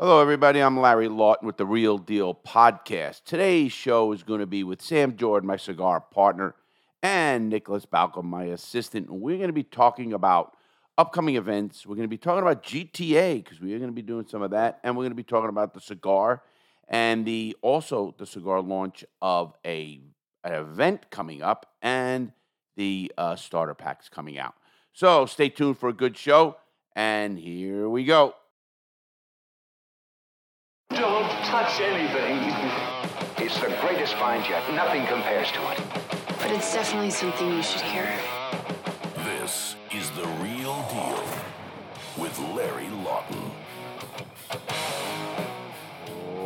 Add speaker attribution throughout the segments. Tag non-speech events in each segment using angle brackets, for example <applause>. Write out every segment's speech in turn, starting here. Speaker 1: Hello, everybody. I'm Larry Lawton with the Real Deal Podcast. Today's show is going to be with Sam Jordan, my cigar partner, and Nicholas Balcom, my assistant. We're going to be talking about upcoming events. We're going to be talking about GTA because we are going to be doing some of that, and we're going to be talking about the cigar and the also the cigar launch of a an event coming up and the uh, starter packs coming out. So stay tuned for a good show, and here we go.
Speaker 2: Don't touch anything. It's the greatest find yet. Nothing compares to it.
Speaker 3: But it's definitely something you should hear.
Speaker 4: This is The Real Deal with Larry Lawton.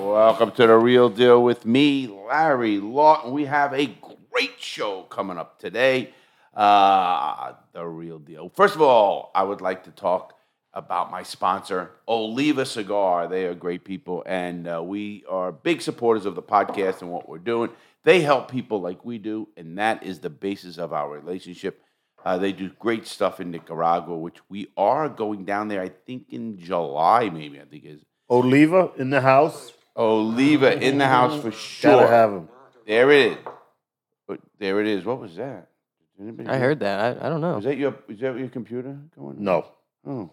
Speaker 1: Welcome to the real deal with me, Larry Lawton. We have a great show coming up today. Uh, the real deal. First of all, I would like to talk about my sponsor, Oliva Cigar. They are great people, and uh, we are big supporters of the podcast and what we're doing. They help people like we do, and that is the basis of our relationship. Uh, they do great stuff in Nicaragua, which we are going down there. I think in July, maybe. I think is
Speaker 5: Oliva in the house.
Speaker 1: Oliva Oh, in the house for sure.
Speaker 5: Gotta have him.
Speaker 1: There it is. But there it is. What was that? Did anybody
Speaker 6: I
Speaker 1: hear-
Speaker 6: heard that. I, I don't
Speaker 1: Was
Speaker 6: know.
Speaker 1: that your was that your computer going?
Speaker 5: No.
Speaker 1: Oh.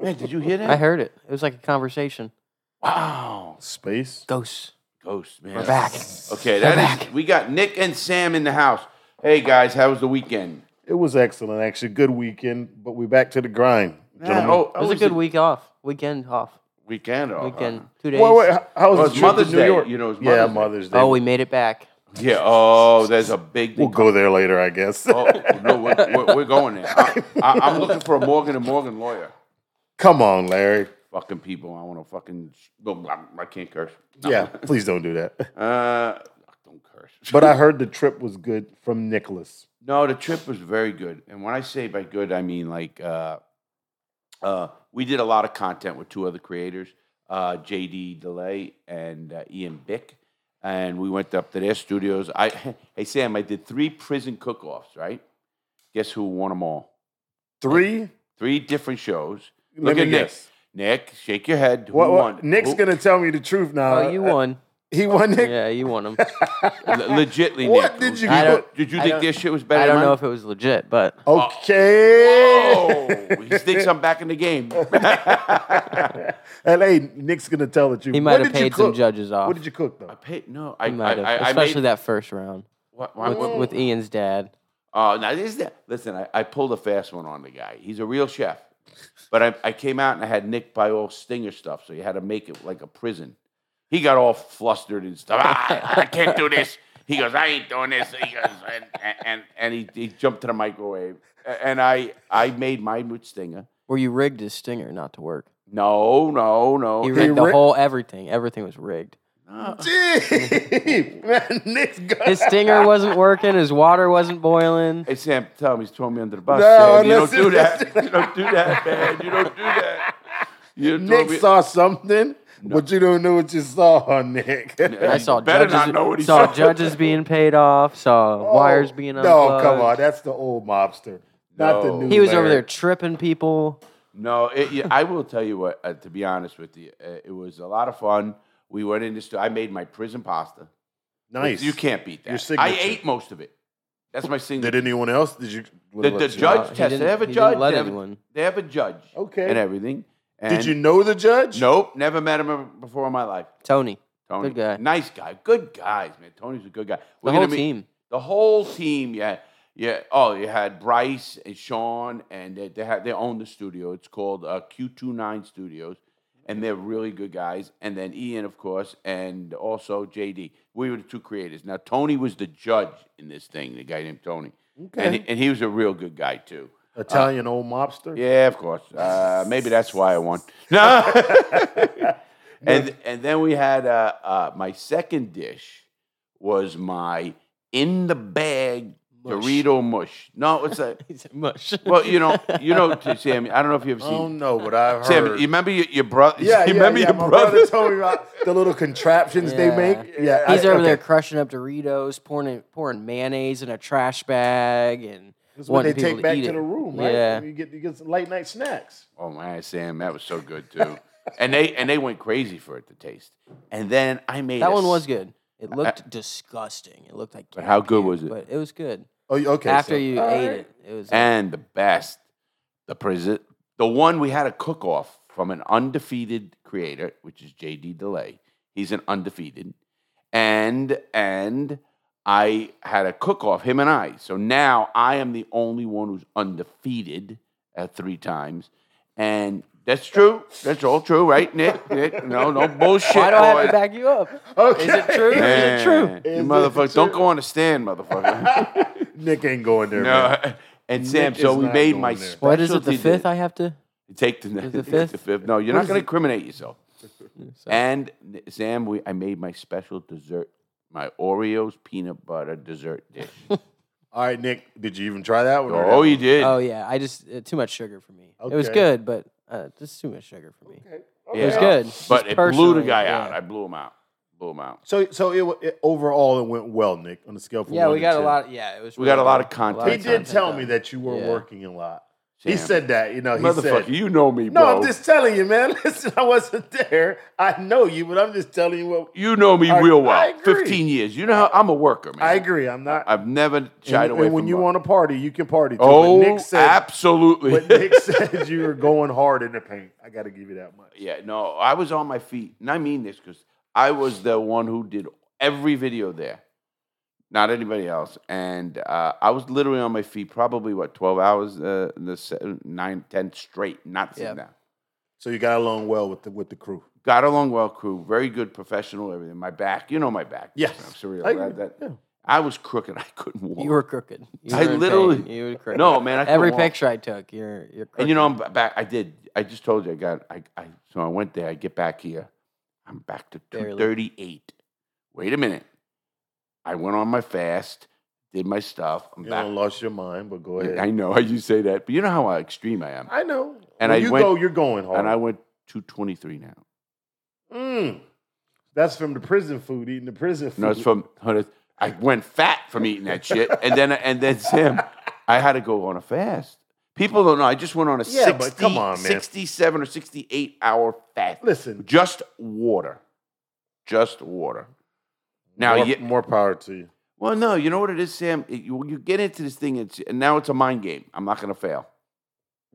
Speaker 1: Man, did you hear that?
Speaker 6: I heard it. It was like a conversation.
Speaker 1: Wow.
Speaker 5: Space.
Speaker 6: Ghosts.
Speaker 1: Ghost, man.
Speaker 6: We're back.
Speaker 1: Okay, that is we got Nick and Sam in the house. Hey guys, how was the weekend?
Speaker 5: It was excellent, actually. Good weekend, but we back to the grind. Gentlemen.
Speaker 1: oh,
Speaker 6: It was a
Speaker 1: always
Speaker 6: good
Speaker 1: the
Speaker 6: week off. Weekend off.
Speaker 1: weekend uh-huh. off.
Speaker 6: Weekend.
Speaker 1: huh?
Speaker 6: Two days.
Speaker 5: Uh-huh. Wait, wait, h- how
Speaker 1: Well,
Speaker 5: was the
Speaker 1: Oh, it's
Speaker 5: trip to
Speaker 1: Mother's
Speaker 5: New
Speaker 1: Day,
Speaker 5: York?
Speaker 1: you know, it's
Speaker 5: yeah,
Speaker 1: Mother's Day.
Speaker 5: Mother's Day.
Speaker 6: Oh, we made it back.
Speaker 1: Yeah, oh, there's a big
Speaker 5: we'll
Speaker 1: thing.
Speaker 5: go there later, I guess.
Speaker 1: Oh, no, we're, we're, we're going there. I, I, I'm looking for a Morgan and Morgan lawyer.
Speaker 5: <laughs> Come on, Larry.
Speaker 1: Fucking people, I want to fucking. No, I can't curse.
Speaker 5: Yeah, please don't
Speaker 1: <laughs>
Speaker 5: do that.
Speaker 1: Uh, don't curse.
Speaker 6: <laughs>
Speaker 5: But I heard the trip was good from Nicholas.
Speaker 1: No, the trip was very good. And when I say by good, I mean like uh, uh, we did a lot of content with two other creators, uh, JD Delay and uh, Ian Bick. And we went up to their studios. I <laughs> hey Sam, I did three prison cook-offs, right? Guess who won them all?
Speaker 5: Three.
Speaker 1: Three different shows.
Speaker 5: Let
Speaker 1: Look
Speaker 5: me
Speaker 1: at Nick.
Speaker 5: guess.
Speaker 1: Nick, shake your head. Who
Speaker 5: What,
Speaker 1: won?
Speaker 5: what, Nick's
Speaker 1: Who-
Speaker 5: gonna tell me the truth now.
Speaker 6: oh, you
Speaker 5: Uh,
Speaker 6: won.
Speaker 5: He won, Nick.
Speaker 6: yeah, you
Speaker 5: <laughs>
Speaker 6: won them.
Speaker 1: Le- legitly.
Speaker 5: What
Speaker 1: Nick.
Speaker 5: did
Speaker 1: Did,
Speaker 5: you
Speaker 6: I
Speaker 1: you-
Speaker 6: don't-
Speaker 1: did you
Speaker 6: I
Speaker 1: think
Speaker 6: don't-
Speaker 1: their shit was better?
Speaker 6: I
Speaker 1: than
Speaker 6: don't
Speaker 1: mine?
Speaker 6: know if it was legit, but
Speaker 5: Okay. <laughs>
Speaker 1: Oh, he thinks I'm back in the game.
Speaker 5: LA, Nick's gonna tell the truth.
Speaker 6: he
Speaker 5: What
Speaker 6: might have
Speaker 5: did you
Speaker 6: paid some
Speaker 5: cook?
Speaker 6: judges
Speaker 5: What
Speaker 6: off.
Speaker 5: did you cook though?
Speaker 1: I paid no. I
Speaker 6: He might
Speaker 1: I,
Speaker 6: have,
Speaker 1: I, I
Speaker 6: especially
Speaker 1: made,
Speaker 6: that first round
Speaker 1: What, what,
Speaker 6: with, with Ian's dad.
Speaker 1: oh, now this is the, listen. I, I pulled a fast one on the guy. He's a real chef, but I, I came out and I had Nick buy all Stinger stuff, so you had to make it like a prison. He got all flustered and stuff. "Ah, I can't do this. He goes, I ain't doing this. He goes, and and and he, he jumped to the microwave, A- and I I made mine with Stinger.
Speaker 6: Where you rigged his stinger not to work.
Speaker 1: No, no,
Speaker 5: Oh,
Speaker 1: no.
Speaker 6: You rigged the
Speaker 5: rig-
Speaker 6: whole everything. Everything was rigged.
Speaker 5: Gee, <laughs> man, Nick's got
Speaker 6: His
Speaker 5: <laughs>
Speaker 6: stinger wasn't working. His water wasn't boiling.
Speaker 1: Hey Sam, tell him he's throwing me under the bus.
Speaker 5: No,
Speaker 1: Sam. You don't
Speaker 5: listen,
Speaker 1: do that.
Speaker 5: listen.
Speaker 1: You don't do that, man. You don't do that. You don't
Speaker 5: Nick saw something, but you don't know what you saw, <laughs> Nick.
Speaker 6: I saw
Speaker 1: better
Speaker 6: judges,
Speaker 1: not know what he
Speaker 6: saw
Speaker 1: saw.
Speaker 6: judges being paid off, saw wires being
Speaker 5: Oh, No,
Speaker 6: unplugged.
Speaker 5: come on, that's the old mobster,
Speaker 1: No.
Speaker 5: not the new.
Speaker 6: He was over there
Speaker 5: Larry.
Speaker 6: tripping people.
Speaker 1: No, it, yeah, I will tell you what. Uh, to be honest with you, uh, it was a lot of fun. We went into stu- I made my prison pasta.
Speaker 5: Nice.
Speaker 1: You can't beat
Speaker 5: Your
Speaker 1: that. I
Speaker 5: signature.
Speaker 1: ate most of it. That's my
Speaker 5: Did
Speaker 1: signature.
Speaker 5: anyone else? Did you?
Speaker 1: The, the judge
Speaker 6: He
Speaker 1: test. They
Speaker 6: didn't-
Speaker 1: have a
Speaker 6: he didn't
Speaker 1: judge.
Speaker 6: let
Speaker 1: they, have, a-
Speaker 6: anyone.
Speaker 1: they have a judge.
Speaker 5: Okay.
Speaker 1: And everything. And
Speaker 5: Did you know the judge?
Speaker 1: Nope. Never met him before in my life. <laughs>
Speaker 6: Tony,
Speaker 1: Tony,
Speaker 6: Good guy.
Speaker 1: Nice guy. Good guys, man. Tony's a good guy.
Speaker 6: the
Speaker 1: gonna
Speaker 6: whole
Speaker 1: meet-
Speaker 6: team.
Speaker 1: The whole team, yeah, yeah. Oh, you had Bryce and Sean, and they, they had they own the studio. It's called uh, Q29 Studios, and they're really good guys. And then Ian, of course, and also JD. We were the two creators. Now Tony was the judge in this thing. The guy named Tony, and he, and he was a real good guy too.
Speaker 5: Italian old mobster.
Speaker 1: <laughs> Yeah, of course. Uh, maybe that's why I won. No.
Speaker 5: <laughs>
Speaker 1: <laughs> and and then we had uh, uh, my second dish was my in the bag Dorito mush. No, it's a
Speaker 6: He said, mush.
Speaker 1: well, you know, you know, Sammy. I don't know if you've
Speaker 5: I
Speaker 1: seen
Speaker 5: don't know, but I've heard.
Speaker 1: Sammy. You remember your, your brother?
Speaker 5: Oh, yeah,
Speaker 1: <laughs> you
Speaker 5: yeah,
Speaker 1: remember
Speaker 5: yeah.
Speaker 1: your
Speaker 5: My
Speaker 1: brother?
Speaker 5: brother told me about the little contraptions they
Speaker 6: Yeah.
Speaker 5: make. Yeah,
Speaker 6: He's
Speaker 5: I-
Speaker 6: over
Speaker 5: okay.
Speaker 6: there crushing up Doritos, pouring it- pouring mayonnaise in a trash bag, and
Speaker 5: That's what they
Speaker 6: wanting people
Speaker 5: take
Speaker 6: to
Speaker 5: back
Speaker 6: eat
Speaker 5: to
Speaker 6: it.
Speaker 5: the room, right?
Speaker 6: Yeah,
Speaker 5: You get you get some late night snacks.
Speaker 1: Oh man, Sam, that was so good too. and they and they went crazy for it to taste. And then I made
Speaker 6: That
Speaker 1: a
Speaker 6: one
Speaker 1: s-
Speaker 6: was good. It looked disgusting. It looked like.
Speaker 1: But how
Speaker 6: cat
Speaker 1: good
Speaker 6: puke,
Speaker 1: was it?
Speaker 6: But it was good.
Speaker 5: Oh, you- okay.
Speaker 6: After
Speaker 5: so-
Speaker 6: you ate it, it was.
Speaker 1: and the best, the presi- the one we had a cook off from an undefeated creator, which is JD Delay. He's an undefeated, and and I had a cook off him and I. So now I am the only one who's undefeated at three times, and. That's true. That's all true, right,
Speaker 6: <laughs>
Speaker 1: Nick? Nick, no, no bullshit.
Speaker 6: why do I have
Speaker 1: boy.
Speaker 6: to back you up?
Speaker 5: Okay.
Speaker 6: Is it true? Is it true?
Speaker 1: oh, Man, You
Speaker 5: Is it
Speaker 1: motherfucker,
Speaker 5: true?
Speaker 1: don't go on the stand,
Speaker 6: <laughs>
Speaker 1: motherfucker.
Speaker 5: Nick ain't going there. man.
Speaker 1: no. And Sam,
Speaker 5: Nick
Speaker 1: so
Speaker 5: is
Speaker 1: we
Speaker 5: not
Speaker 1: made
Speaker 5: going
Speaker 1: my
Speaker 5: there.
Speaker 1: specialty.
Speaker 6: What is it? The fifth?
Speaker 1: di-
Speaker 6: I have to.
Speaker 1: take the, <laughs>
Speaker 6: the
Speaker 1: The
Speaker 6: fifth?
Speaker 1: fifth. No, you're
Speaker 6: What
Speaker 1: not
Speaker 6: is
Speaker 1: going to
Speaker 6: it?
Speaker 1: incriminate
Speaker 6: <laughs>
Speaker 1: yourself. And n- Sam, we, I made my special dessert, my Oreos peanut butter dessert
Speaker 6: <laughs>
Speaker 1: dish.
Speaker 5: All right, Nick. Did you even try that one? or
Speaker 1: oh,
Speaker 5: no?
Speaker 1: you did.
Speaker 6: Oh yeah, I just uh, too much sugar for me. It was
Speaker 5: Okay.
Speaker 6: good, but uh, just too much sugar for me.
Speaker 1: Yeah.
Speaker 6: It was good,
Speaker 1: But it
Speaker 6: just
Speaker 1: blew the
Speaker 6: personally,
Speaker 1: guy
Speaker 6: yeah.
Speaker 1: out. I blew him out. Blew him out.
Speaker 5: So, so it, wa- it overall it went well, Nick. On a scale from
Speaker 6: Yeah,
Speaker 5: one
Speaker 6: we
Speaker 5: to
Speaker 6: got a
Speaker 5: 10.
Speaker 6: lot. Yeah, it was.
Speaker 1: We got
Speaker 6: really
Speaker 1: a lot of
Speaker 6: good.
Speaker 1: content.
Speaker 6: lot
Speaker 5: He
Speaker 6: of
Speaker 5: did
Speaker 6: content
Speaker 5: tell
Speaker 6: done.
Speaker 5: me that you were
Speaker 6: Yeah.
Speaker 5: working a lot. He
Speaker 1: Sam.
Speaker 5: said that. You know, he
Speaker 1: Motherfucker,
Speaker 5: said.
Speaker 1: you know me,
Speaker 5: no,
Speaker 1: bro.
Speaker 5: I'm just telling you, man. <laughs> Listen, I wasn't there. I know you, but I'm just telling you what.
Speaker 1: you know me
Speaker 5: I-
Speaker 1: real
Speaker 5: I
Speaker 1: well.
Speaker 5: agree.
Speaker 1: 15 years. You know how I'm a worker, man.
Speaker 5: I agree. I'm not.
Speaker 1: I've never shied
Speaker 5: and,
Speaker 1: away
Speaker 5: and
Speaker 1: from
Speaker 5: when you
Speaker 1: work.
Speaker 5: want to party, you can party. Too.
Speaker 1: Oh,
Speaker 5: but Nick said.
Speaker 1: absolutely.
Speaker 5: But Nick <laughs>
Speaker 1: <laughs>
Speaker 5: said you were going hard in the paint. I got to give you that much.
Speaker 1: Yeah, no, I was on my feet, and I mean this because I was the one who did every video there, not anybody else. And uh, I was literally on my feet, probably what twelve hours, uh, the se- nine, ten straight, not sitting
Speaker 6: Yep.
Speaker 1: down.
Speaker 5: So you got along well with the with the crew.
Speaker 1: Got along well, crew, very good, professional, everything. My back, you know my back.
Speaker 5: Yes.
Speaker 1: I'm surreal.
Speaker 5: I
Speaker 1: I,
Speaker 5: agree,
Speaker 1: that,
Speaker 5: yeah.
Speaker 1: I was crooked. <laughs> I couldn't walk.
Speaker 6: You were crooked. You
Speaker 1: I
Speaker 6: were in pain.
Speaker 1: literally-
Speaker 6: You were crooked.
Speaker 1: no, man. I couldn't
Speaker 6: Every
Speaker 1: walk.
Speaker 6: picture I took, you're you're. Crooked.
Speaker 1: And you know, I'm b- back. I did. I just told you I got. I, I so I went there. I get back here. I'm back to
Speaker 6: Barely.
Speaker 1: two thirty eight. Wait a minute. I went on my fast. Did my stuff. I'm
Speaker 5: You
Speaker 1: back.
Speaker 5: don't lost your mind, but go ahead.
Speaker 1: I know how you say that, but you know how extreme I am.
Speaker 5: I know.
Speaker 1: And
Speaker 5: when
Speaker 1: I
Speaker 5: you
Speaker 1: went-
Speaker 5: go, you're going hard.
Speaker 1: And I went two twenty three now.
Speaker 5: Mm. That's from the prison food, eating the prison food.
Speaker 1: No, it's from. I went fat from eating that shit, and then and then Sam, I had to go on a fast. People don't know. I just went on a
Speaker 5: Yeah,
Speaker 1: 60,
Speaker 5: but come on, man.
Speaker 1: 67 or 68 hour fast.
Speaker 5: Listen.
Speaker 1: Just water. Just water. Now,
Speaker 5: more,
Speaker 1: you,
Speaker 5: more power to you.
Speaker 1: well, no, you know what it is, Sam? It- you, you get into this thing, it's, and now it's a mind game. I'm not going to fail.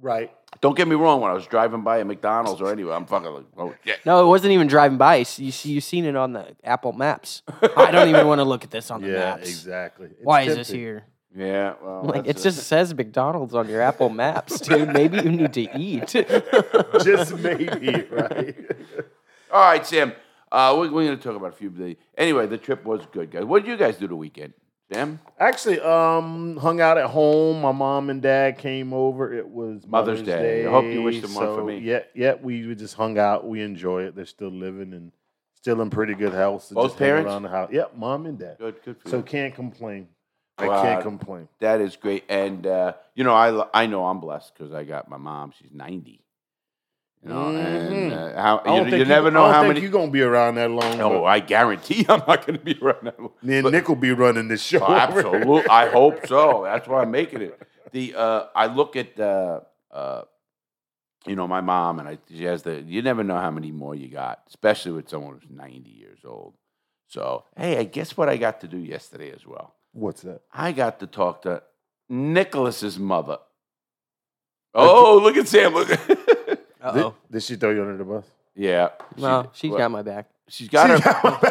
Speaker 5: Right.
Speaker 1: Don't get me wrong. When I was driving by a McDonald's or anywhere, I'm fucking like, oh, shit.
Speaker 6: No, it wasn't even driving by. You see, you seen it on the Apple Maps. I don't even want to look at this on the
Speaker 5: Yeah,
Speaker 6: maps.
Speaker 5: exactly. It's
Speaker 6: Why is this
Speaker 5: tempting.
Speaker 6: here?
Speaker 1: Yeah, well.
Speaker 6: Like it
Speaker 1: that's
Speaker 6: just says McDonald's on your Apple Maps, dude. Maybe you need to eat.
Speaker 5: Just maybe, <laughs> right?
Speaker 1: All right, Sam. Uh, we're we're going to talk about a few. of the- Anyway, the trip was good, guys. What did you guys do the weekend, Sam?
Speaker 5: Actually, um, hung out at home. My mom and dad came over. It was
Speaker 1: Mother's
Speaker 5: Mother's,
Speaker 1: Day. I hope you wish them one for
Speaker 5: so,
Speaker 1: me.
Speaker 5: Yeah, yeah. We, we just hung out. We enjoy it. They're still living and still in pretty good health. So
Speaker 1: Both
Speaker 5: just hang
Speaker 1: parents?
Speaker 5: around the house. Yep, mom and dad.
Speaker 1: Good, good for
Speaker 5: So
Speaker 1: you.
Speaker 5: can't complain.
Speaker 1: Wow.
Speaker 5: I can't complain.
Speaker 1: That is great. And, uh, you know, I, lo- I know I'm blessed because I got my mom. She's 90. You know, and uh, how,
Speaker 5: Mm-hmm. I don't
Speaker 1: you,
Speaker 5: think
Speaker 1: you never know
Speaker 5: I don't
Speaker 1: how
Speaker 5: think
Speaker 1: many.
Speaker 5: you're gonna be around that long.
Speaker 1: No,
Speaker 5: but
Speaker 1: I guarantee <laughs> I'm not going to be around that long. <laughs>
Speaker 5: me and
Speaker 1: But-
Speaker 5: Nick will be running this show.
Speaker 1: Oh, absolutely. I hope so. That's why I'm making it. The uh, I look at uh, uh, you know my mom and I. She has the. You never know how many more you got, especially with someone who's 90 years old. So hey, I guess what I got to do yesterday as well.
Speaker 5: What's that?
Speaker 1: I got to talk to Nicholas's mother. Oh, look at Sam. Look. <laughs> at-
Speaker 5: Did,
Speaker 6: Uh-oh.
Speaker 5: did she throw you under the bus?
Speaker 1: yeah. she-
Speaker 6: No, she's
Speaker 1: well,
Speaker 6: <laughs> got my back.
Speaker 1: She's got her.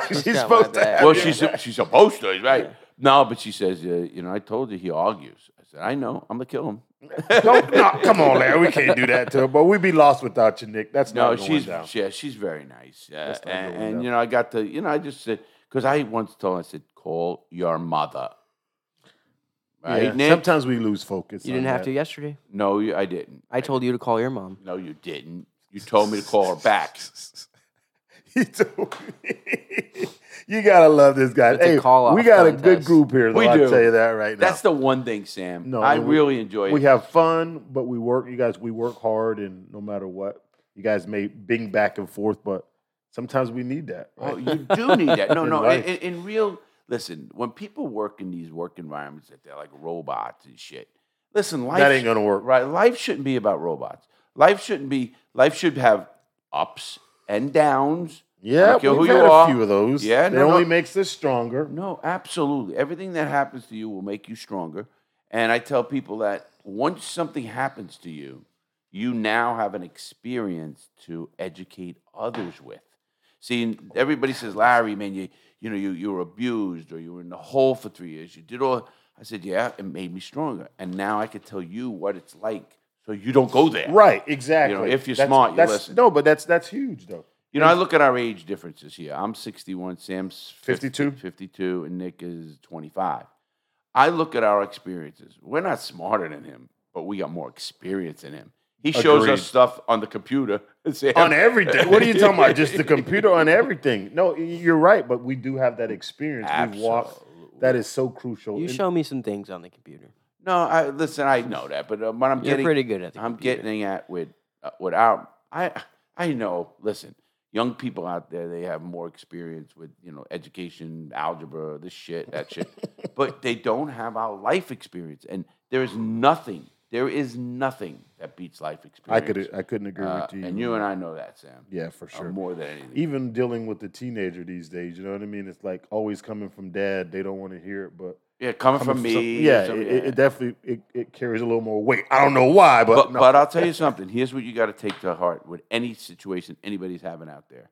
Speaker 6: <laughs>
Speaker 5: she's
Speaker 6: got my
Speaker 5: supposed to.
Speaker 6: back.
Speaker 5: Have
Speaker 1: Well,
Speaker 5: you.
Speaker 1: she's she's supposed to, right? No, but she says, uh, you know, I told you he argues. I said, I know, I'm gonna kill him.
Speaker 5: <laughs> Don't, no, come on, Larry. We can't do that to her. But we'd be lost without you, Nick. That's
Speaker 1: No,
Speaker 5: not going
Speaker 1: she's
Speaker 5: down.
Speaker 1: yeah, she's very nice, uh,
Speaker 5: That's not
Speaker 1: and,
Speaker 5: going
Speaker 1: and
Speaker 5: down.
Speaker 1: you know, I got to, you know, I just said because I once told her, I said, call your mother, right?
Speaker 5: Yeah,
Speaker 1: Nick?
Speaker 5: Sometimes we lose focus.
Speaker 6: You
Speaker 5: on
Speaker 6: didn't have
Speaker 5: <laughs>
Speaker 6: to
Speaker 5: that.
Speaker 6: yesterday.
Speaker 1: no, you, I didn't.
Speaker 6: I told you to call your mom.
Speaker 1: No, you didn't. You told me to call her
Speaker 5: <laughs>
Speaker 1: back.
Speaker 5: He told me- <laughs> you gotta love this guy.
Speaker 6: It's a
Speaker 5: hey,
Speaker 6: call-off
Speaker 5: we got a good
Speaker 6: contest.
Speaker 5: group here. Though,
Speaker 1: We
Speaker 5: I'll
Speaker 1: do.
Speaker 5: tell you that right now.
Speaker 1: That's the one thing, Sam.
Speaker 5: No,
Speaker 1: I
Speaker 5: and we-
Speaker 1: really enjoy
Speaker 5: we
Speaker 1: it.
Speaker 5: have fun, but we work. You guys, we work hard, and no matter what, you guys may bing back and forth, but sometimes we need that. right?
Speaker 1: Oh, you do need that. No,
Speaker 5: <laughs> In
Speaker 1: no. In,
Speaker 5: life.
Speaker 1: in, in real, listen, when people work in these work environments that they're like robots and shit, listen, life
Speaker 5: that ain't gonna work.
Speaker 1: Right. Life shouldn't be about robots. Life shouldn't be. Life should have ups and downs.
Speaker 5: Yeah,
Speaker 1: don't care
Speaker 5: we've
Speaker 1: who
Speaker 5: had
Speaker 1: you
Speaker 5: a
Speaker 1: are.
Speaker 5: few of those.
Speaker 1: Yeah,
Speaker 5: it
Speaker 1: no,
Speaker 5: only
Speaker 1: no.
Speaker 5: makes us stronger.
Speaker 1: No, absolutely. Everything that happens to you will make you stronger. And I tell people that once something happens to you, you now have an experience to educate others with. See, and everybody says, Larry, man, you you know, you you were abused or you were in the hole for three years. You did all I said, Yeah, it made me stronger. And now I could tell you what it's like so you don't go there.
Speaker 5: Right, exactly.
Speaker 1: if you're smart, you
Speaker 5: that's,
Speaker 1: listen.
Speaker 5: No, but that's that's huge though.
Speaker 1: You know, I look at our age differences here. I'm 61, Sam's 50
Speaker 5: 52?
Speaker 1: 52, and Nick is 25. I look at our experiences. We're not smarter than him, but we got more experience than him. He shows
Speaker 5: Agreed.
Speaker 1: us stuff on the computer. <laughs> Sam-
Speaker 5: On everything. What are you talking
Speaker 1: <laughs>
Speaker 5: about? Just the computer on everything. No, y- you're right, but we do have that experience. We've walked
Speaker 1: Absolutely.
Speaker 5: that is so crucial.
Speaker 6: You
Speaker 5: And-
Speaker 6: show me some things on the computer.
Speaker 1: No, I, listen, I know that, but uh, what I'm
Speaker 6: <laughs> You're
Speaker 1: getting
Speaker 6: pretty good at the
Speaker 1: I'm
Speaker 6: computer.
Speaker 1: getting at with uh, with our I I know. Listen, young people out there they have more experience with you know education, algebra, this shit, that
Speaker 6: <laughs>
Speaker 1: shit, but they don't have our life experience, and there is nothing. There is nothing that beats life
Speaker 5: I
Speaker 1: experience.
Speaker 5: could I couldn't agree
Speaker 1: Uh,
Speaker 5: with you.
Speaker 1: and you and I know that, Sam.
Speaker 5: Yeah, for
Speaker 1: Uh,
Speaker 5: sure.
Speaker 1: more than anything.
Speaker 5: Even dealing with the teenager these days, you know what I mean? It's like always coming from dad, they don't want to hear it, but
Speaker 1: Yeah, coming
Speaker 5: coming
Speaker 1: from
Speaker 5: some-
Speaker 1: me.
Speaker 5: yeah,
Speaker 1: some-
Speaker 5: it, it- it definitely it, it carries a little more weight. I don't know why, but,
Speaker 1: but
Speaker 5: no.
Speaker 1: but I'll tell you something. Here's what you got to take to heart with any situation anybody's having out there.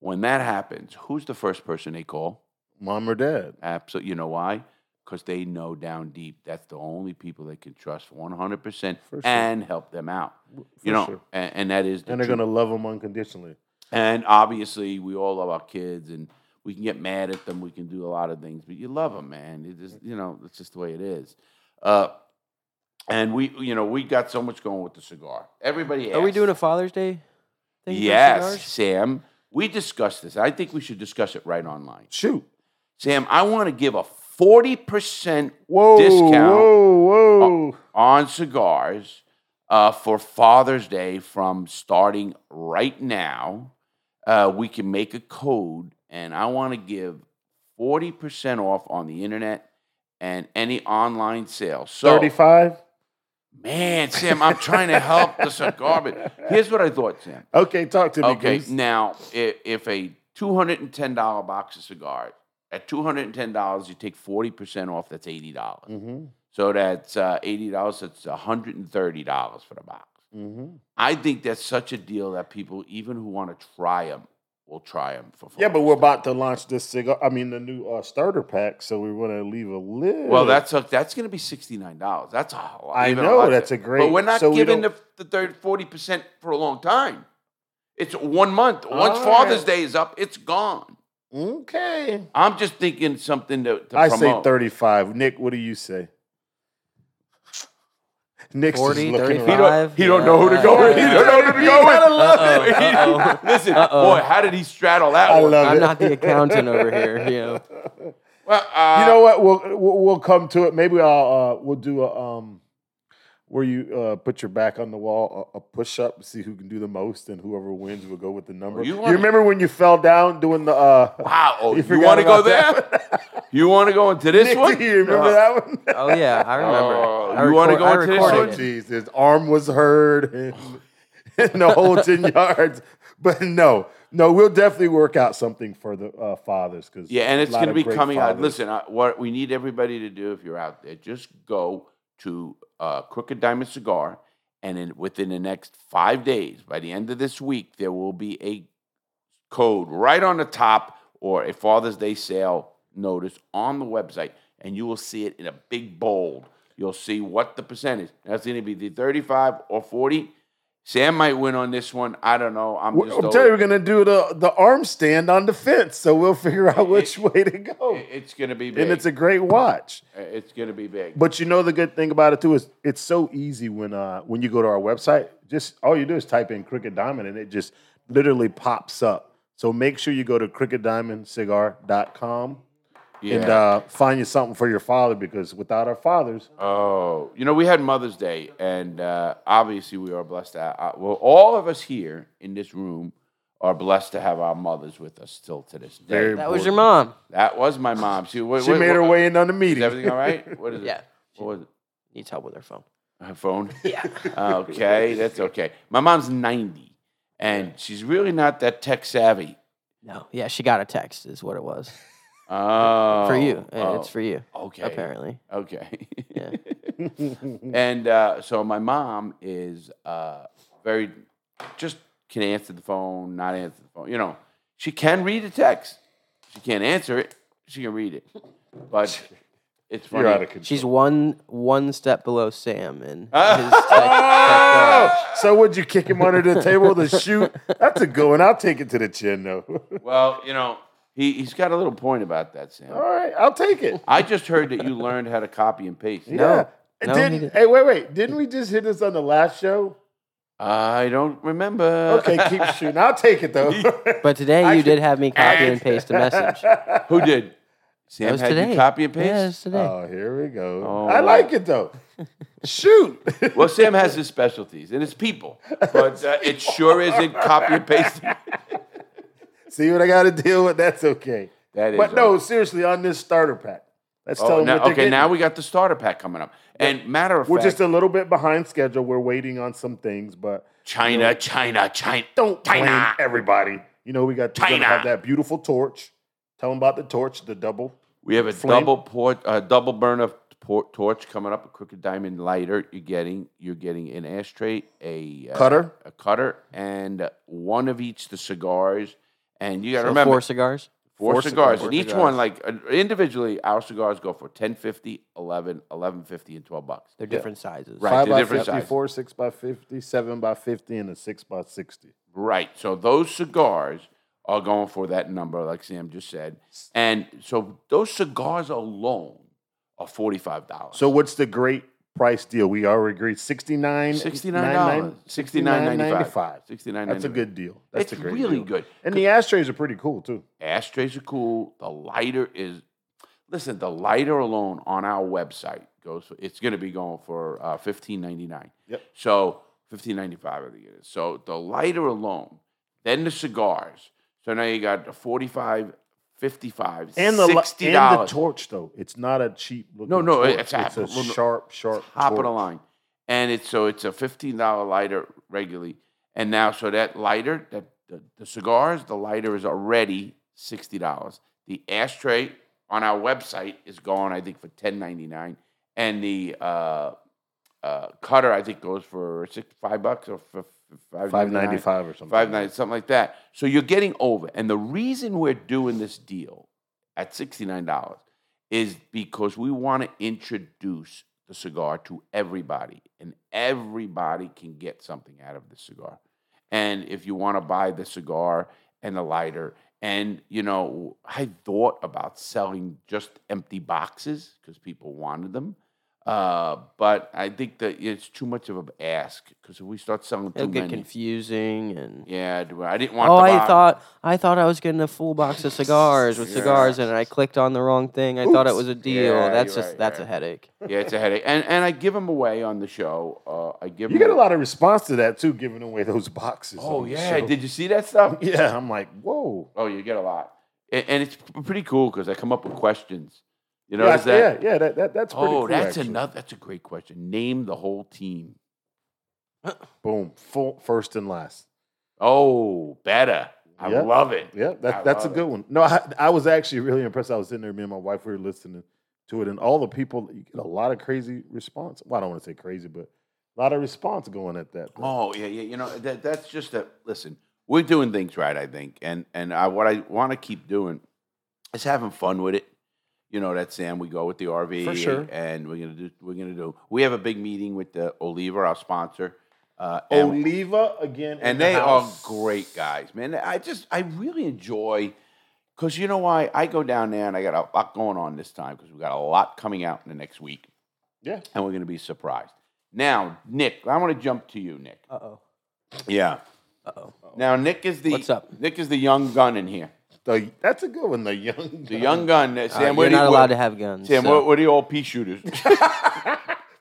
Speaker 1: When that happens, who's the first person they call?
Speaker 5: mom or dad.
Speaker 1: Absolutely. You know why? Because they know down deep that's the only people they can trust 100%
Speaker 5: For sure.
Speaker 1: and help them out.
Speaker 5: for
Speaker 1: you know,
Speaker 5: sure.
Speaker 1: and, and that is the
Speaker 5: And they're
Speaker 1: truth.
Speaker 5: gonna love them unconditionally.
Speaker 1: And obviously, we all love our kids, and we can get mad at them. We can do a lot of things, but you love them, man. It is, you know, that's just the way it is. Uh, and we, you know, we got so much going with the cigar. Everybody,
Speaker 6: Are we
Speaker 1: asks.
Speaker 6: doing a Father's Day thing? for
Speaker 1: Yes,
Speaker 6: cigars?
Speaker 1: Sam. We discussed this. I think we should discuss it right online.
Speaker 5: Shoot.
Speaker 1: Sam, I want to give a forty percent
Speaker 5: Whoa,
Speaker 1: discount
Speaker 5: whoa, whoa.
Speaker 1: on cigars uh, for Father's Day from starting right now. Uh, we can make a code, and I want to give 40% off on the internet and any online sale. So,
Speaker 5: 35?
Speaker 1: man, Sam, I'm trying to help the cigar. But here's what I thought, Sam.
Speaker 5: Okay, talk to me.
Speaker 1: Okay,
Speaker 5: Goose.
Speaker 1: now if, if a two hundred and ten dollar box of cigars at two hundred and ten dollars, you take forty percent off. That's eighty dollars.
Speaker 5: Mhm.
Speaker 1: So that's uh, eighty dollars. That's one hundred and thirty dollars for the box.
Speaker 5: Mhm.
Speaker 1: I think that's such a deal that people, even who want to try them, will try them for.
Speaker 5: Yeah, but
Speaker 1: Father's
Speaker 5: we're
Speaker 1: Day.
Speaker 5: about to launch this cigar. I mean, the new uh, starter pack. So we want to leave a little.
Speaker 1: Well, that's a, that's going to be sixty nine dollars. That's a lot.
Speaker 5: I
Speaker 1: even a
Speaker 5: know,
Speaker 1: lot
Speaker 5: that's
Speaker 1: there.
Speaker 5: a
Speaker 1: But
Speaker 5: great-
Speaker 1: we're not
Speaker 5: so we
Speaker 1: giving the
Speaker 5: don't-
Speaker 1: the third forty percent for a long time. It's one month. Once
Speaker 5: All
Speaker 1: Father's
Speaker 5: right.
Speaker 1: Day is up, it's gone.
Speaker 5: okay.
Speaker 1: I'm just thinking something to, to
Speaker 5: I say
Speaker 1: promote. <laughs>
Speaker 5: thirty-five. Nick, what do you say? Nick's
Speaker 6: 40,
Speaker 5: is looking
Speaker 6: 35.
Speaker 5: around.
Speaker 1: He don't know who to go with. He don't know who to go with. He- Listen, boy, how did he straddle that
Speaker 5: I
Speaker 1: one?
Speaker 5: love
Speaker 6: I'm
Speaker 1: <laughs>
Speaker 5: it.
Speaker 6: not the accountant over here. You know,
Speaker 1: Well, uh,
Speaker 5: you know what? We'll, we'll we'll come to it. Maybe I'll uh, we'll do a um where you uh, put your back on the wall, a, a push up, see who can do the most, and whoever wins will go with the number.
Speaker 1: you
Speaker 5: you,
Speaker 1: wanna-
Speaker 5: remember when you fell down doing the uh,
Speaker 1: Wow, oh,
Speaker 5: <laughs> You
Speaker 1: you,
Speaker 5: forgot
Speaker 1: want to go
Speaker 5: about
Speaker 1: there? you want to go into
Speaker 5: <laughs>
Speaker 1: this one?
Speaker 5: Nick, you remember that one?
Speaker 6: Oh yeah, I remember.
Speaker 1: Oh,
Speaker 6: I
Speaker 1: you wanna go
Speaker 6: I
Speaker 1: into this
Speaker 5: Oh
Speaker 1: one?
Speaker 6: recorded it.
Speaker 5: jeez, his arm was hurt and, <laughs> and the whole
Speaker 1: <laughs>
Speaker 5: ten yards. But no, no, we'll definitely work out something for the uh, fathers because
Speaker 1: Yeah, and it's going to be coming out. Listen, I, what we need everybody to do if you're out there, just go to uh, Crooked Diamond Cigar, and in, within the next five days, by the end of this week, there will be a code right on the top or a Father's Day sale notice on the website, and you will see it in a big bold. You'll see what the percentage. That's going to be the 35 or 40. Sam might win on this one. I don't know. I'm
Speaker 5: I'm
Speaker 1: just
Speaker 5: telling
Speaker 1: over-
Speaker 5: you, we're gonna do the the arm stand on the fence, so we'll figure
Speaker 1: <laughs>
Speaker 5: out which way to go.
Speaker 1: It- it's going to be big.
Speaker 5: And it's a great watch.
Speaker 1: it's going to be big.
Speaker 5: But you know the good thing about it too is it's so easy when uh when you go to our website, just all you do is type in Cricket Diamond and it just literally pops up. So make sure you go to cricketdiamondcigar.com and uh, find you something for your father because without our fathers,
Speaker 1: Oh, you know, we had Mother's Day, and uh, obviously we are blessed. To, uh, well, all of us here in this room are blessed to have our mothers with us still to this day.
Speaker 5: Very-
Speaker 6: That was your mom.
Speaker 1: that was my mom. She, wa-
Speaker 5: she
Speaker 1: wa-
Speaker 5: made her
Speaker 1: wa-
Speaker 5: way in on the
Speaker 1: Is
Speaker 5: meeting.
Speaker 1: everything all right? What is
Speaker 6: Yeah.
Speaker 1: it? What was it?
Speaker 6: <laughs> Needs help with her phone.
Speaker 1: Her phone? Yeah. okay, that's okay. My mom's 90, and she's really not that tech savvy.
Speaker 6: No, yeah, she got a text, is what it was
Speaker 1: Oh,
Speaker 6: for you. Uh,
Speaker 1: oh,
Speaker 6: It's for you,
Speaker 1: okay.
Speaker 6: apparently.
Speaker 1: Okay.
Speaker 6: Yeah.
Speaker 1: <laughs>
Speaker 5: <laughs>
Speaker 1: and uh, so my mom is uh, very just can answer the phone, not answer the phone. You know, she can read a text. She can't answer it. She can read it, but
Speaker 5: <laughs>
Speaker 1: it's funny.
Speaker 5: <laughs> You're out of control.
Speaker 6: She's one one step below
Speaker 1: <laughs>
Speaker 6: Sam in his text. text
Speaker 5: so would you kick him under
Speaker 1: <laughs>
Speaker 5: the table with a shoot? That's a good one. I'll take it to the chin though. <laughs>
Speaker 1: well, you know, he he's got a little point about that, Sam.
Speaker 5: All right, I'll take it.
Speaker 1: I just heard that you learned how to copy and paste.
Speaker 5: Yeah.
Speaker 6: No,
Speaker 5: Didn't-
Speaker 6: he didn't.
Speaker 5: hey, wait, wait. Didn't we just hit this on the last show?
Speaker 1: I don't remember.
Speaker 5: Okay, keep shooting. I'll take it though. <laughs>
Speaker 6: but today you did have me copy and paste
Speaker 1: <laughs>
Speaker 6: a message. That
Speaker 1: <laughs> Who did? Sam
Speaker 6: was
Speaker 1: had
Speaker 6: today.
Speaker 1: you copy and paste.
Speaker 6: Yeah, it was today.
Speaker 5: oh, here we go.
Speaker 1: Oh,
Speaker 5: I
Speaker 1: wow.
Speaker 5: like
Speaker 1: <laughs>
Speaker 5: it though. Shoot.
Speaker 1: Well, Sam has his specialties and it's people, but uh, it sure isn't copy and
Speaker 5: <laughs>
Speaker 1: pasting.
Speaker 5: <laughs> See what I got to deal with? That's okay.
Speaker 1: That is
Speaker 5: But no,
Speaker 1: okay.
Speaker 5: seriously, on this starter pack, let's tell
Speaker 1: Oh,
Speaker 5: them
Speaker 1: now,
Speaker 5: what they're
Speaker 1: okay,
Speaker 5: getting.
Speaker 1: now we got the starter pack coming up. And matter of
Speaker 5: We're
Speaker 1: fact,
Speaker 5: just a little bit behind schedule. We're waiting on some things, but
Speaker 1: China, China, China.
Speaker 5: don't blame
Speaker 1: China.
Speaker 5: everybody. You know, we got we're gonna
Speaker 1: China.
Speaker 5: have that beautiful torch. Tell them about the torch, the double.
Speaker 1: We have a
Speaker 5: Flame.
Speaker 1: double port, uh, double burner port torch coming up. A crooked diamond lighter. You're getting, you're getting an ashtray, a uh,
Speaker 5: Cutter.
Speaker 1: a cutter, and one of each the cigars. And you got to
Speaker 6: So
Speaker 1: remember
Speaker 6: four cigars.
Speaker 1: four,
Speaker 5: Four
Speaker 1: cigars,
Speaker 5: cigars.
Speaker 1: and each one like uh, individually, our cigars go for 10.50, 11, 11.50, and twelve bucks.
Speaker 6: They're different sizes.
Speaker 1: Right.
Speaker 5: Five
Speaker 1: they're
Speaker 5: by
Speaker 1: different
Speaker 5: fifty,
Speaker 1: size.
Speaker 5: four six by fifty, seven by fifty, and a six by sixty.
Speaker 1: Right. So those cigars are going for that number, like Sam just said, and so those cigars alone are forty five dollars.
Speaker 5: So what's the great price deal? We already agreed sixty nine,
Speaker 1: sixty nine dollars, sixty nine ninety five, sixty nine.
Speaker 5: That's a good deal. That's
Speaker 1: it's
Speaker 5: a great
Speaker 1: really
Speaker 5: deal.
Speaker 1: good.
Speaker 5: And the ashtrays are pretty cool too.
Speaker 1: ashtrays are cool. The lighter is, listen, the lighter alone on our website goes. For, it's going to be going for uh, fifteen ninety nine.
Speaker 5: Yep.
Speaker 1: So fifteen ninety five, I think it is. So the lighter alone, then the cigars. So now you got the 45 55
Speaker 5: And the li-
Speaker 1: sixty
Speaker 5: and the
Speaker 1: dollars
Speaker 5: torch though. It's not a cheap looking.
Speaker 1: No, no,
Speaker 5: torch.
Speaker 1: it's
Speaker 5: it's a
Speaker 1: absolute-
Speaker 5: sharp, sharp.
Speaker 1: top of the
Speaker 5: torch.
Speaker 1: line, and it's so it's a fifteen dollar lighter regularly, and now so that lighter that the, the cigars the lighter is already sixty dollars. The ashtray on our website is going I think for ten ninety nine, and the uh, uh, cutter I think goes for six five bucks or f- five
Speaker 5: Five ninety five or something.
Speaker 1: five ninety something like that. So you're getting over, and the reason we're doing this deal at sixty nine dollars is because we want to introduce the cigar to everybody, and everybody can get something out of the cigar. And if you want to buy the cigar and the lighter, and you know, I thought about selling just empty boxes because people wanted them. Uh, but I think that it's too much of an ask because if we start selling too
Speaker 6: It'll get
Speaker 1: many,
Speaker 6: confusing and.
Speaker 1: yeah, do I I didn't want.
Speaker 6: Oh,
Speaker 1: the
Speaker 6: I
Speaker 1: box.
Speaker 6: thought I thought I was getting a full
Speaker 1: <laughs>
Speaker 6: box of cigars with cigars in it. I clicked on the wrong thing. I thought it was a deal.
Speaker 1: Yeah,
Speaker 6: that's
Speaker 1: you're
Speaker 6: just
Speaker 1: right,
Speaker 6: that's
Speaker 1: yeah.
Speaker 6: a headache.
Speaker 1: Yeah, it's a headache, and and I give them away on the show. Uh, I give
Speaker 5: You
Speaker 1: them
Speaker 5: get a lot of response to that too, giving away those boxes.
Speaker 1: Oh
Speaker 5: on the
Speaker 1: yeah,
Speaker 5: show.
Speaker 1: did you see that stuff?
Speaker 5: <laughs> yeah. I'm like, whoa.
Speaker 1: Oh, you get a lot, and, and it's p- pretty cool because I come up with questions. You
Speaker 5: Yeah,
Speaker 1: notice that?
Speaker 5: yeah, yeah, that, that that's pretty
Speaker 1: oh,
Speaker 5: cool,
Speaker 1: that's
Speaker 5: actually.
Speaker 1: another. That's a great question. Name the whole team.
Speaker 5: Boom, full, first and last.
Speaker 1: Oh, better. I
Speaker 5: Yeah.
Speaker 1: love it.
Speaker 5: Yeah,
Speaker 1: I
Speaker 5: that, that's a
Speaker 1: love
Speaker 5: good one. No, I, I was actually really impressed. I was sitting there, me and my wife, we were listening to it, and all the people, you get a lot of crazy response. Well, I don't want to say crazy, but a lot of response going at that. though.
Speaker 1: Oh yeah, yeah. You know that that's just a listen. We're doing things right, I think, and and I, what I want to keep doing is having fun with it. You know that Sam, we go with the RV,
Speaker 5: For sure.
Speaker 1: and we're gonna do. We're gonna do. We have a big meeting with the Oliva, our sponsor. Uh, and-
Speaker 5: Oliva again, in
Speaker 1: and
Speaker 5: the
Speaker 1: they are
Speaker 5: house.
Speaker 1: great guys, man. I just I really enjoy because you know why I go down there and I got a lot going on this time because we got a lot coming out in the next week
Speaker 5: Yeah,
Speaker 1: and we're gonna be surprised. Now, Nick, I want to jump to you, Nick.
Speaker 6: Uh oh.
Speaker 1: Yeah.
Speaker 6: Uh oh.
Speaker 1: Now Nick is the
Speaker 6: What's up?
Speaker 1: Nick is the young gun in here.
Speaker 5: The- that's a good one. The young, <laughs>
Speaker 1: The young gun. that- Sam,
Speaker 6: Uh, You're
Speaker 1: what do
Speaker 6: not
Speaker 1: you,
Speaker 6: allowed
Speaker 1: what,
Speaker 6: to have guns.
Speaker 1: Sam,
Speaker 6: so-
Speaker 1: what, what are you all pea
Speaker 6: <laughs>
Speaker 1: shooters?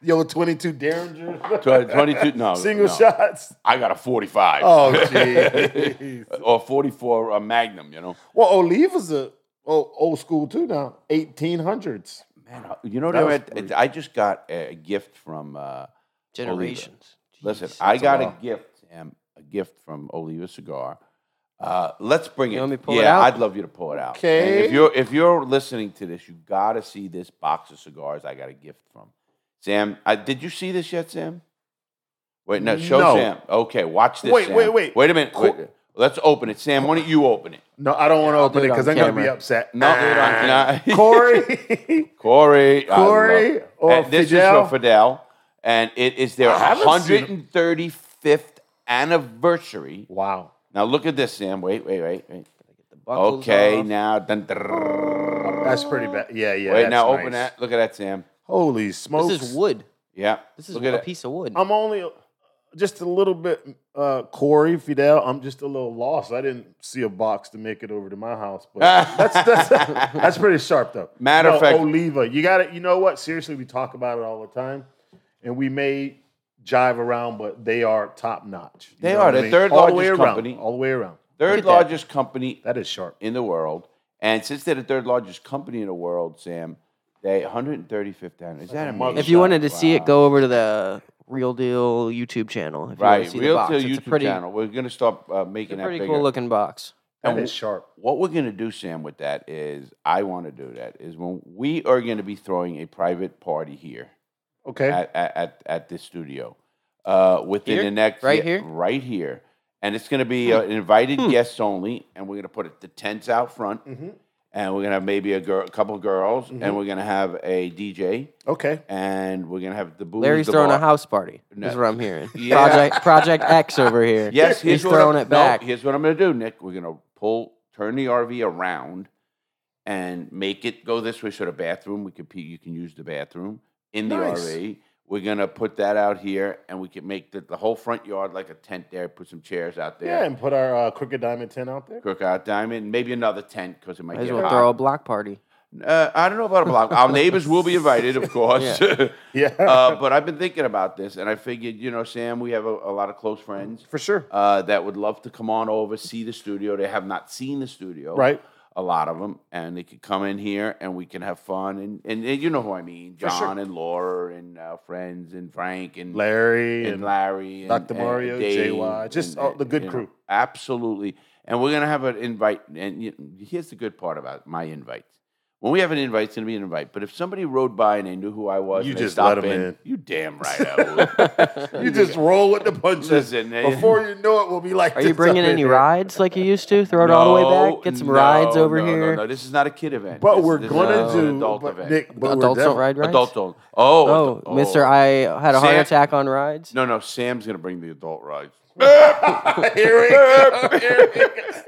Speaker 5: yo, twenty-two Derringer, <laughs>
Speaker 1: Tw- Twenty-two. No,
Speaker 5: single
Speaker 1: no.
Speaker 5: shots.
Speaker 1: I got a forty-five.
Speaker 5: Oh, jeez.
Speaker 1: Or forty-four uh, Magnum. You know.
Speaker 5: <laughs> well, Oliva's a oh, old school too now, eighteen hundreds.
Speaker 1: Man, I- uh, you know
Speaker 5: That
Speaker 1: what?
Speaker 5: was
Speaker 1: I-
Speaker 5: pretty-
Speaker 1: I just got a gift from. Uh,
Speaker 6: generations.
Speaker 1: Listen,
Speaker 6: Jeez.
Speaker 1: I got a
Speaker 5: lot.
Speaker 1: gift, Sam, a gift from Oliva Cigar. Uh, let's bring it.
Speaker 6: want me to pull it
Speaker 1: yeah,
Speaker 6: out?
Speaker 1: I'd love you to pull it out. And if
Speaker 5: Okay.
Speaker 1: you're if you're listening to this, you gotta see this box of cigars I got a gift from. Sam, I, did you see this yet, Sam? Wait, no, show
Speaker 5: No.
Speaker 1: Sam. Okay, watch this.
Speaker 5: Wait,
Speaker 1: Sam.
Speaker 5: wait, wait.
Speaker 1: Wait a minute.
Speaker 5: Qu-
Speaker 1: Wait. Let's open it. Sam, why don't you open it?
Speaker 5: No, I don't want to open
Speaker 6: do
Speaker 5: it
Speaker 6: it on
Speaker 5: because I'm going to be
Speaker 6: camera.
Speaker 5: upset.
Speaker 1: No, do it on- no.
Speaker 5: <laughs> Corey. <laughs>
Speaker 1: Corey. I love-
Speaker 5: Corey or
Speaker 1: And This is
Speaker 5: Fidel?
Speaker 1: for Fidel. And it is their
Speaker 5: I haven't seen
Speaker 1: 135th anniversary.
Speaker 5: wow.
Speaker 1: Now look at this, Sam. Wait, wait, wait, wait.
Speaker 6: The buckles
Speaker 1: Okay,
Speaker 6: off. Oh,
Speaker 1: now. Dun, drrrr.
Speaker 5: That's pretty bad. Yeah, yeah.
Speaker 1: wait,
Speaker 5: that's
Speaker 1: now open
Speaker 5: nice.
Speaker 1: that. Look at that, Sam.
Speaker 5: Holy smokes.
Speaker 6: This is wood.
Speaker 1: Yeah.
Speaker 6: This is
Speaker 1: Look
Speaker 6: a
Speaker 1: at that.
Speaker 6: piece of wood.
Speaker 5: I'm only uh, just a little bit, uh, Corey Fidel. I'm just a little lost. I didn't see a box to make it over to my house, but that's
Speaker 1: <laughs>
Speaker 5: that's, that's pretty sharp though.
Speaker 1: Matter of
Speaker 5: No,
Speaker 1: fact-
Speaker 5: Oliva, you got it. You know what? Seriously, we talk about it all the time, and we may jive around, but they are top notch. You
Speaker 1: They
Speaker 5: know
Speaker 1: are
Speaker 5: what I
Speaker 1: the
Speaker 5: mean?
Speaker 1: third
Speaker 5: all the
Speaker 1: largest
Speaker 5: way around,
Speaker 1: company.
Speaker 5: all the way around.
Speaker 1: Third
Speaker 6: that.
Speaker 1: largest company
Speaker 5: That is sharp.
Speaker 1: in the world. And since they're the third largest company in the world, Sam, they 135th anniversary. Is that amazing?
Speaker 6: If you wanted to see it, go over to the Real Deal YouTube channel. If you wanna
Speaker 1: Right,
Speaker 6: see the
Speaker 1: real
Speaker 6: box.
Speaker 1: to
Speaker 6: It's a
Speaker 1: YouTube
Speaker 6: pretty,
Speaker 1: channel. We're gonna start uh, making
Speaker 6: It's a
Speaker 1: that
Speaker 6: pretty
Speaker 1: bigger.
Speaker 6: cool looking box.
Speaker 5: That
Speaker 1: And
Speaker 5: is sharp.
Speaker 1: What we're gonna do, Sam, with that is, I want to do that is when we are gonna be throwing a private party here
Speaker 5: Okay.
Speaker 1: at at, at, at this studio uh, within
Speaker 6: Here?
Speaker 1: the next
Speaker 6: Right
Speaker 1: yeah,
Speaker 6: here? Hmm.
Speaker 1: right here, and it's gonna be uh, invited guests only, and we're gonna put it, the tents out front,
Speaker 5: Mm-hmm.
Speaker 1: and we're gonna have maybe a girl, a couple girls,
Speaker 6: Mm-hmm.
Speaker 1: and we're gonna have a DJ,
Speaker 5: okay.
Speaker 1: and we're gonna have the booze.
Speaker 6: Larry's
Speaker 1: the
Speaker 6: throwing
Speaker 1: bar.
Speaker 6: a house party.
Speaker 1: No.
Speaker 6: Is what I'm hearing.
Speaker 1: <laughs> Yeah.
Speaker 6: Project Project X over here.
Speaker 1: <laughs> Yes,
Speaker 6: he's
Speaker 1: here's what
Speaker 6: throwing
Speaker 1: I'm-
Speaker 6: it
Speaker 1: no,
Speaker 6: back.
Speaker 1: here's what I'm going to do, Nick. We're going to pull, turn the RV around, and make it go this way. So the bathroom, we could pe- you can use the bathroom in the
Speaker 5: Nice.
Speaker 1: RV. We're going to put that out here, and we can make the, the whole front yard like a tent there. Put some chairs out
Speaker 5: Yeah,
Speaker 1: there.
Speaker 5: and put our uh, crooked diamond ten out there.
Speaker 1: Cook out diamond, maybe another tent because it might
Speaker 6: Might as
Speaker 1: get
Speaker 6: well
Speaker 1: hot.
Speaker 6: throw a block party.
Speaker 1: Uh, I don't know about a block. Our neighbors will
Speaker 6: <laughs>
Speaker 1: be invited, of course.
Speaker 5: Yeah.
Speaker 1: <laughs> uh, but I've been thinking about this, and I figured, you know, Sam, we have a, a lot of close friends
Speaker 5: For sure.
Speaker 1: uh, that would love to come on over, see the studio. They have not seen the studio,
Speaker 5: Right.
Speaker 1: A lot of them, and they could come in here and we can have fun. And and, and you know who I mean,
Speaker 5: For
Speaker 1: John
Speaker 5: sure.
Speaker 1: and Laura and uh, friends and Frank and
Speaker 5: Larry
Speaker 1: and,
Speaker 5: and
Speaker 1: Larry and
Speaker 5: Dr.
Speaker 1: and
Speaker 5: Mario,
Speaker 1: Dave
Speaker 5: JY, just all the good
Speaker 1: you know,
Speaker 5: crew.
Speaker 1: absolutely. And we're gonna have an invite. And you here's the good part about my invites. When we have an invite, it's gonna be an invite. But if somebody rode by and they knew who I was,
Speaker 5: You
Speaker 1: and they
Speaker 5: just let
Speaker 1: stopped
Speaker 5: 'em
Speaker 1: in,
Speaker 5: in.
Speaker 1: You damn right
Speaker 5: <laughs>
Speaker 1: I would. <laughs>
Speaker 5: You just roll with the punches.
Speaker 1: Listen, eh,
Speaker 5: Before you know it, we'll be like,
Speaker 6: Are you
Speaker 5: this
Speaker 6: bringing
Speaker 5: up in
Speaker 6: any
Speaker 5: here.
Speaker 6: rides like you used to? Throw it all the way back. Get some rides
Speaker 1: no,
Speaker 6: over
Speaker 1: no,
Speaker 6: here.
Speaker 1: No, no, this is not a kid event.
Speaker 5: But
Speaker 1: This-
Speaker 5: we're
Speaker 1: this
Speaker 5: gonna
Speaker 1: is uh, an
Speaker 5: do.
Speaker 1: adult
Speaker 5: but
Speaker 1: event.
Speaker 5: Nick, but
Speaker 6: Adults
Speaker 5: we're
Speaker 6: don't
Speaker 5: definitely-
Speaker 6: ride rides.
Speaker 1: Adult only. Oh,
Speaker 6: Oh,
Speaker 1: adu-
Speaker 6: Mister,
Speaker 1: oh.
Speaker 6: I had a heart
Speaker 1: Sam-
Speaker 6: attack on rides.
Speaker 1: No, no, Sam's gonna bring the adult rides.
Speaker 5: <laughs> Here we go. Here we go.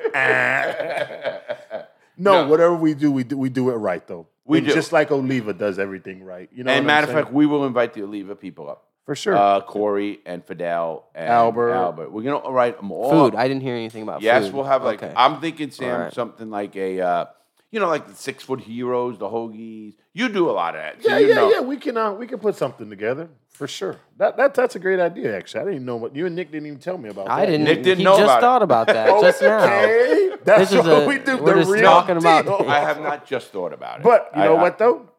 Speaker 1: <laughs>
Speaker 5: no, whatever we do, we do we do it right though.
Speaker 1: We
Speaker 5: And
Speaker 1: do.
Speaker 5: just like Oliva does everything right. You know.
Speaker 1: and
Speaker 5: what I'm
Speaker 1: matter of
Speaker 5: saying?
Speaker 1: fact, we will invite the Oliva people up.
Speaker 5: for sure.
Speaker 1: Uh, Corey and Fidel and
Speaker 5: Albert.
Speaker 1: Albert. We're gonna write them all.
Speaker 6: Food.
Speaker 1: up.
Speaker 6: I didn't hear anything about
Speaker 1: uh, yes,
Speaker 6: food.
Speaker 1: we'll have like
Speaker 6: Okay.
Speaker 1: I'm thinking, Sam,
Speaker 6: Alright.
Speaker 1: something like a, uh, you know, like the six foot heroes, the hoagies. You do a lot of that. so
Speaker 5: yeah,
Speaker 1: you
Speaker 5: yeah,
Speaker 1: know.
Speaker 5: yeah. We can uh, we can put something together for sure. That, that that's a great idea. Actually, I didn't know what you and Nick didn't even tell me about.
Speaker 6: I
Speaker 5: that.
Speaker 6: didn't.
Speaker 1: Nick didn't
Speaker 6: he
Speaker 1: know
Speaker 6: just
Speaker 1: about it.
Speaker 6: thought
Speaker 1: <laughs>
Speaker 6: about that just now.
Speaker 5: Okay, that's
Speaker 6: This is
Speaker 5: what
Speaker 6: a-
Speaker 5: we do.
Speaker 6: we're
Speaker 5: the
Speaker 6: just
Speaker 5: real
Speaker 6: talking about-
Speaker 5: deal.
Speaker 1: I have not just thought about it.
Speaker 5: But you
Speaker 1: I-
Speaker 5: know
Speaker 1: I-
Speaker 5: what though?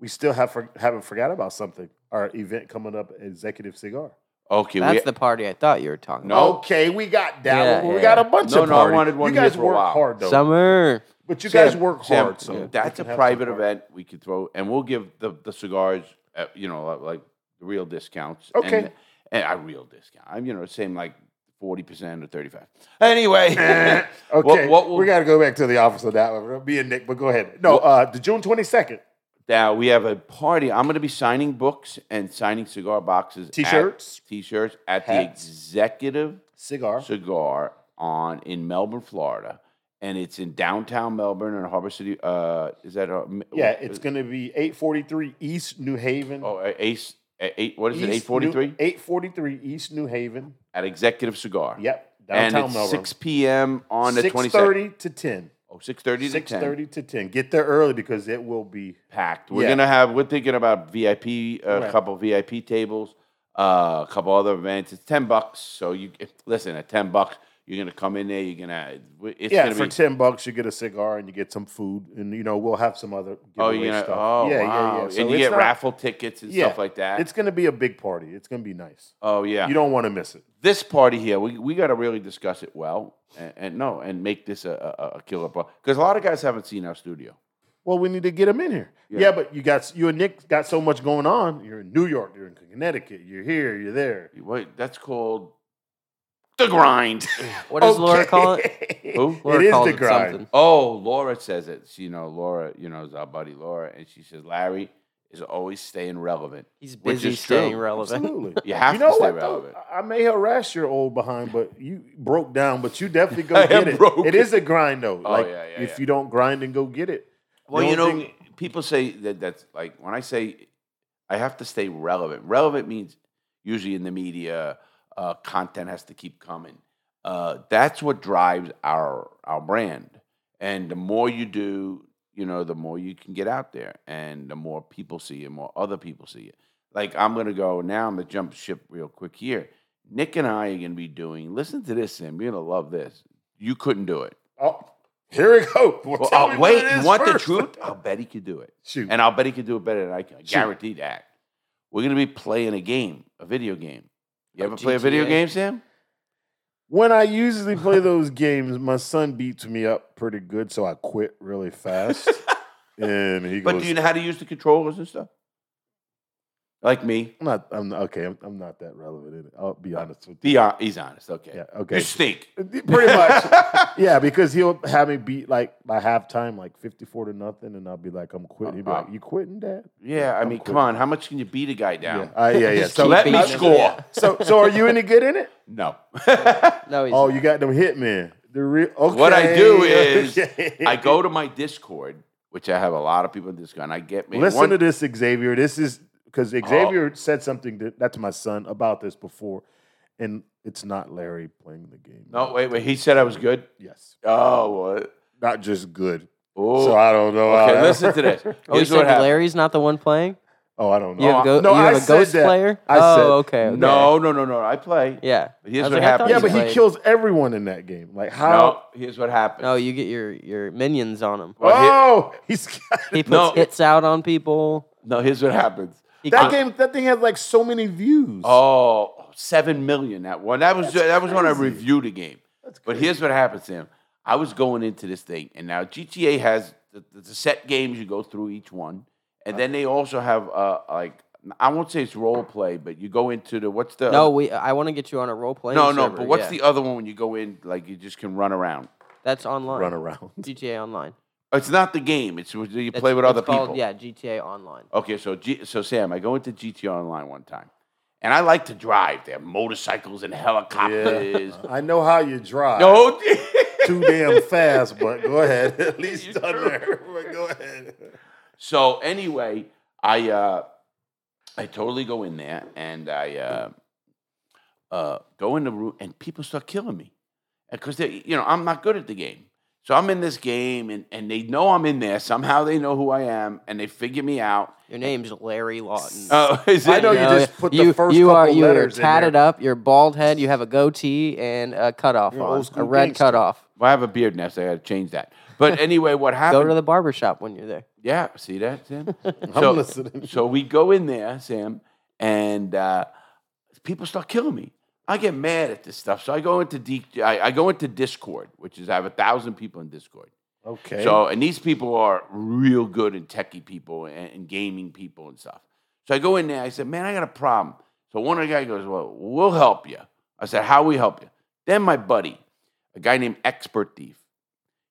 Speaker 5: We still have for, haven't forgot about something. Our event coming up, Executive Cigar.
Speaker 1: Okay, we-
Speaker 6: That's the party I thought you were talking
Speaker 1: No.
Speaker 5: Okay, we got that.
Speaker 6: Yeah,
Speaker 5: one, but We
Speaker 6: yeah.
Speaker 5: got a bunch
Speaker 1: No,
Speaker 5: of.
Speaker 1: no, I
Speaker 5: parties.
Speaker 1: wanted one
Speaker 5: You
Speaker 1: here
Speaker 5: guys
Speaker 1: for a
Speaker 5: work
Speaker 1: while.
Speaker 5: hard though,
Speaker 6: about. Summer.
Speaker 5: but you
Speaker 1: Sam,
Speaker 5: guys work
Speaker 1: Sam,
Speaker 5: hard. So
Speaker 1: that's a
Speaker 5: we can have
Speaker 1: private
Speaker 5: some parties.
Speaker 1: event we could throw, and we'll give the, the cigars, uh, you know, like real discounts.
Speaker 5: Okay.
Speaker 1: and, and a real discount. I'm, you know, same like forty percent or thirty five. Anyway,
Speaker 5: <laughs> Okay,
Speaker 1: what, what we'll,
Speaker 5: we got to go back to the office on that one. Me and Nick, but go ahead. No, uh, the June twenty second.
Speaker 1: now we have a party. I'm going to be signing books and signing cigar boxes, at-
Speaker 5: T-shirts.
Speaker 1: t-shirts at the
Speaker 5: Hats.
Speaker 1: executive
Speaker 5: Cigar.
Speaker 1: cigar on in Melbourne, Florida. And it's in downtown Melbourne and Harbor City. Uh, is that a,
Speaker 5: Yeah, it's going to be eight forty three East New Haven.
Speaker 1: oh a- Ace a- eight? What is it? Eight forty three.
Speaker 5: Eight forty three East New Haven.
Speaker 1: at Executive Cigar.
Speaker 5: Yep,
Speaker 1: And
Speaker 5: downtown
Speaker 1: it's
Speaker 5: Melbourne.
Speaker 1: 6 p.m. on the
Speaker 5: 6:30
Speaker 1: 27th.
Speaker 5: to ten.
Speaker 1: Oh, 6.30 to 10.
Speaker 5: 6.30 to 10. Get there early because it will be
Speaker 1: Packed. We're
Speaker 5: Yeah.
Speaker 1: going to have, we're thinking about VIP, a
Speaker 5: Right.
Speaker 1: couple uh, VIP tables, uh, a couple other events. It's 10 bucks. So you, if- listen, at 10 bucks, You're gonna come in there. You're gonna. It's
Speaker 5: yeah,
Speaker 1: gonna
Speaker 5: for
Speaker 1: be,
Speaker 5: ten bucks you get a cigar and you get some food, and you know we'll have some other
Speaker 1: Oh,
Speaker 5: giveaway
Speaker 1: you know,
Speaker 5: stuff.
Speaker 1: oh,
Speaker 5: yeah,
Speaker 1: wow.
Speaker 5: yeah, yeah. So
Speaker 1: and you
Speaker 5: it's
Speaker 1: get
Speaker 5: not-
Speaker 1: raffle tickets and
Speaker 5: yeah,
Speaker 1: stuff like that.
Speaker 5: It's going to be a big party. It's going to be nice.
Speaker 1: oh yeah,
Speaker 5: You don't want to miss it.
Speaker 1: this party here, we, we got to really discuss it well, and, and no, and make this a, a, a killer party because a lot of guys haven't seen our studio.
Speaker 5: Well, we need to get him in here. Yeah, but you got you and Nick got so much going on. You're in New York. You're in Connecticut. You're here. You're there.
Speaker 1: Wait, that's called the grind. <laughs>
Speaker 6: What does Laura call it?
Speaker 1: Who?
Speaker 5: <laughs>
Speaker 6: Laura
Speaker 5: it is
Speaker 6: calls
Speaker 5: the
Speaker 6: it
Speaker 5: grind.
Speaker 6: something.
Speaker 1: Oh, Laura says it. She, you know, Laura, you know, is our buddy Laura, and she says Larry is always staying relevant.
Speaker 6: He's
Speaker 1: Which
Speaker 6: busy
Speaker 1: is true.
Speaker 6: staying relevant.
Speaker 5: Absolutely.
Speaker 1: You have
Speaker 5: you
Speaker 1: to
Speaker 5: know
Speaker 1: stay
Speaker 5: what?
Speaker 1: relevant.
Speaker 5: Though? I- I may harass your old behind, but you broke down. But you
Speaker 1: <laughs>
Speaker 5: definitely
Speaker 1: I
Speaker 5: go
Speaker 1: am
Speaker 5: get it.
Speaker 1: broke.
Speaker 5: It is a grind though.
Speaker 1: Oh,
Speaker 5: like
Speaker 1: yeah, yeah,
Speaker 5: if
Speaker 1: yeah.
Speaker 5: you don't grind and go get it.
Speaker 1: Well,
Speaker 5: The
Speaker 1: you know,
Speaker 5: only thing-
Speaker 1: people say that that's like when I say I have to stay relevant. Relevant means usually in the media, uh, content has to keep coming. Uh, that's what drives our our brand. And the more you do, you know, the more you can get out there, and the more people see it, more other people see it. Like I'm gonna go now. I'm gonna jump ship real quick here. Nick and I are gonna be doing. Listen to this, Sam. You're gonna love this. You couldn't do it.
Speaker 5: <laughs> Oh, here we go. Well,
Speaker 1: Well,
Speaker 5: tell
Speaker 1: uh,
Speaker 5: me what
Speaker 1: wait,
Speaker 5: it
Speaker 1: you
Speaker 5: is
Speaker 1: want the
Speaker 5: first.
Speaker 1: truth? I'll bet he could do it.
Speaker 5: <laughs> Shoot.
Speaker 1: And I'll bet he could do it better than I can. I guarantee that. We're going to be playing a game, a video game. You
Speaker 6: Oh,
Speaker 1: ever play a video
Speaker 6: GTA.
Speaker 1: game, Sam?
Speaker 5: When I usually play those games, my son beats me up pretty good, so I quit
Speaker 1: <laughs>
Speaker 5: really fast. and he
Speaker 1: But
Speaker 5: goes,
Speaker 1: do you know how to use the controllers and stuff? Like me.
Speaker 5: I'm not, I'm not, okay, I'm, I'm not that relevant in it. I'll be honest with you.
Speaker 1: Be hon- he's honest. Okay.
Speaker 5: Yeah, okay.
Speaker 1: You stink.
Speaker 5: Pretty
Speaker 1: <laughs>
Speaker 5: much. yeah, because he'll have me beat like by halftime, like 54 to nothing, and I'll be like, I'm quitting. He'll be
Speaker 1: Uh,
Speaker 5: like, You quitting, Dad?
Speaker 1: Yeah, I
Speaker 5: I'm
Speaker 1: mean,
Speaker 5: quitting.
Speaker 1: come on. How much can you beat a guy
Speaker 5: Yeah,
Speaker 1: down?
Speaker 5: uh, yeah, yeah.
Speaker 6: Just
Speaker 5: So,
Speaker 6: keep
Speaker 1: Let me
Speaker 6: beating him.
Speaker 1: score.
Speaker 5: so, so are you any good
Speaker 1: <laughs>
Speaker 5: in it?
Speaker 1: No.
Speaker 6: No, he's
Speaker 5: Oh, you got them hitmen. The real, okay.
Speaker 1: What I do
Speaker 5: <laughs>
Speaker 1: is
Speaker 5: okay.
Speaker 1: I go to my Discord, which I have a lot of people in Discord, and I get me.
Speaker 5: Listen
Speaker 1: one- Oh.
Speaker 5: to this, Xavier. This is because Xavier said something to, that's my son about this before, and it's not Larry playing the game.
Speaker 1: No, wait, wait. He said I was good.
Speaker 5: Yes,
Speaker 1: Oh, what?
Speaker 5: not just good.
Speaker 1: Oh.
Speaker 5: So I don't know.
Speaker 1: <laughs>
Speaker 5: how
Speaker 1: Okay,
Speaker 5: that
Speaker 1: listen to
Speaker 5: <laughs>
Speaker 1: this.
Speaker 5: works.
Speaker 6: Oh, you
Speaker 1: Here's what
Speaker 6: said
Speaker 1: happened.
Speaker 6: Larry's not the one playing.
Speaker 5: Oh, I don't know.
Speaker 6: You have a, go-
Speaker 5: no,
Speaker 6: you have
Speaker 5: I
Speaker 6: a
Speaker 5: said
Speaker 6: ghost
Speaker 5: that.
Speaker 6: player.
Speaker 5: I
Speaker 6: oh,
Speaker 5: said-
Speaker 6: okay. okay.
Speaker 1: No, no, no, no. I play.
Speaker 6: Yeah.
Speaker 1: But here's
Speaker 6: I was
Speaker 1: what
Speaker 6: like, I
Speaker 1: happened.
Speaker 6: thought
Speaker 5: Yeah,
Speaker 6: you
Speaker 5: but
Speaker 6: played.
Speaker 5: he kills everyone in that game. Like
Speaker 1: No,
Speaker 5: how?
Speaker 1: here's what happened.
Speaker 6: No, you get your your minions on him.
Speaker 1: Well, here-
Speaker 5: oh, he's
Speaker 6: He puts
Speaker 1: No.
Speaker 6: hits out on people.
Speaker 1: no, here's what happens.
Speaker 6: He
Speaker 5: that
Speaker 6: con-
Speaker 5: game. That thing has like so many views.
Speaker 1: Oh, seven million that one. That was that was when I
Speaker 5: crazy.
Speaker 1: reviewed the game. but here's what happened, Sam. I was going into this thing, and now GTA has the, the- the set games you go through each one, and then they also have uh like I won't say it's role play, but you go into the what's the
Speaker 6: No, we. I want to get you on a role playing.
Speaker 1: Uh, no no. But
Speaker 6: server,
Speaker 1: what's
Speaker 6: yeah.
Speaker 1: the other one when you go in like you just can run around?
Speaker 6: That's online.
Speaker 5: run
Speaker 1: <laughs>
Speaker 5: around.
Speaker 6: GTA Online.
Speaker 1: It's not the game. It's what you
Speaker 6: That's-
Speaker 1: play with
Speaker 6: it's
Speaker 1: other people.
Speaker 6: called, Yeah, GTA Online.
Speaker 1: Okay, so G- so Sam, I go into GT Online one time, and I like to drive. They have motorcycles and helicopters.
Speaker 5: <laughs> I know how you
Speaker 1: <laughs>
Speaker 5: drive.
Speaker 1: No, <laughs>
Speaker 5: too damn fast, but go ahead. <laughs> At least done there. <laughs> But go ahead.
Speaker 1: so anyway, I uh, I totally go in there and I uh, uh, go in the room, and people start killing me because they, you know, I'm not good at the game. So I'm in this game, and, and they know I'm in there. Somehow they know who I am, and they figure me out.
Speaker 6: Your name's Larry Lawton.
Speaker 1: Oh, <laughs> is
Speaker 5: I
Speaker 1: it-
Speaker 5: know you
Speaker 6: Oh,
Speaker 5: just
Speaker 6: yeah.
Speaker 5: put the
Speaker 6: you,
Speaker 5: first
Speaker 6: you are
Speaker 5: couple
Speaker 6: you
Speaker 5: letters
Speaker 6: are
Speaker 5: in
Speaker 6: tatted
Speaker 5: there.
Speaker 6: up. You're bald head. You have a goatee and a cutoff
Speaker 5: You're
Speaker 6: on
Speaker 5: old
Speaker 6: a
Speaker 5: school
Speaker 6: red
Speaker 5: gangster.
Speaker 6: cutoff.
Speaker 1: Well, I have a beard now, so I got to change that. But anyway, what
Speaker 6: Go
Speaker 1: happened?
Speaker 6: to the barber shop when you're there.
Speaker 1: Yeah, see that, Sam?
Speaker 5: <laughs> I'm
Speaker 1: so,
Speaker 5: listening.
Speaker 1: So we go in there, Sam, and uh, people start killing me. I get mad at this stuff. So I go into D- I, I go into Discord, which is I have a thousand people in Discord.
Speaker 5: Okay.
Speaker 1: So, and these people are real good and techie people and, and gaming people and stuff. So I go in there. I said, "Man, I got a problem." So one of the guys goes, "Well, we'll help you." I said, "How we help you?" Then my buddy, a guy named Expert Thief,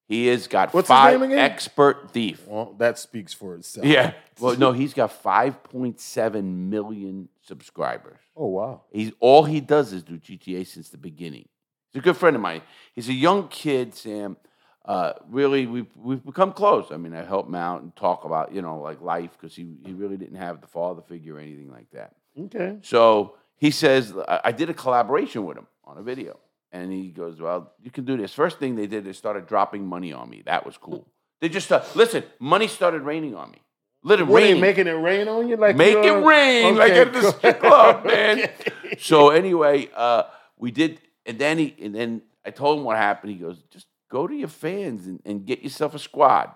Speaker 1: he has got
Speaker 5: What's his
Speaker 1: five
Speaker 5: name again?
Speaker 1: Expert Thief.
Speaker 5: well, that speaks for itself.
Speaker 1: Yeah. <laughs> Well, no, he's got 5.7 million subscribers.
Speaker 5: Oh wow.
Speaker 1: He's all he does is do GTA since the beginning. He's a good friend of mine. He's a young kid, Sam. Uh, really, we've we've become close. I mean, I help him out and talk about you know like life because he he really didn't have the father figure or anything like that.
Speaker 5: Okay.
Speaker 1: So he says, I I did a collaboration with him on a video. And he goes, Well, you can do this. First thing they did, they started dropping money on me. That was cool. They just, start, listen, money started raining on me. Literally
Speaker 5: What are you
Speaker 1: raining.
Speaker 5: making it rain on you? Like
Speaker 1: Make
Speaker 5: you're-
Speaker 1: it rain like
Speaker 5: Okay,
Speaker 1: at the
Speaker 5: cool.
Speaker 1: strip club, man.
Speaker 5: Okay.
Speaker 1: So anyway, uh, we did, and then he, and then I told him what happened. He goes, just go to your fans and, and get yourself a squad.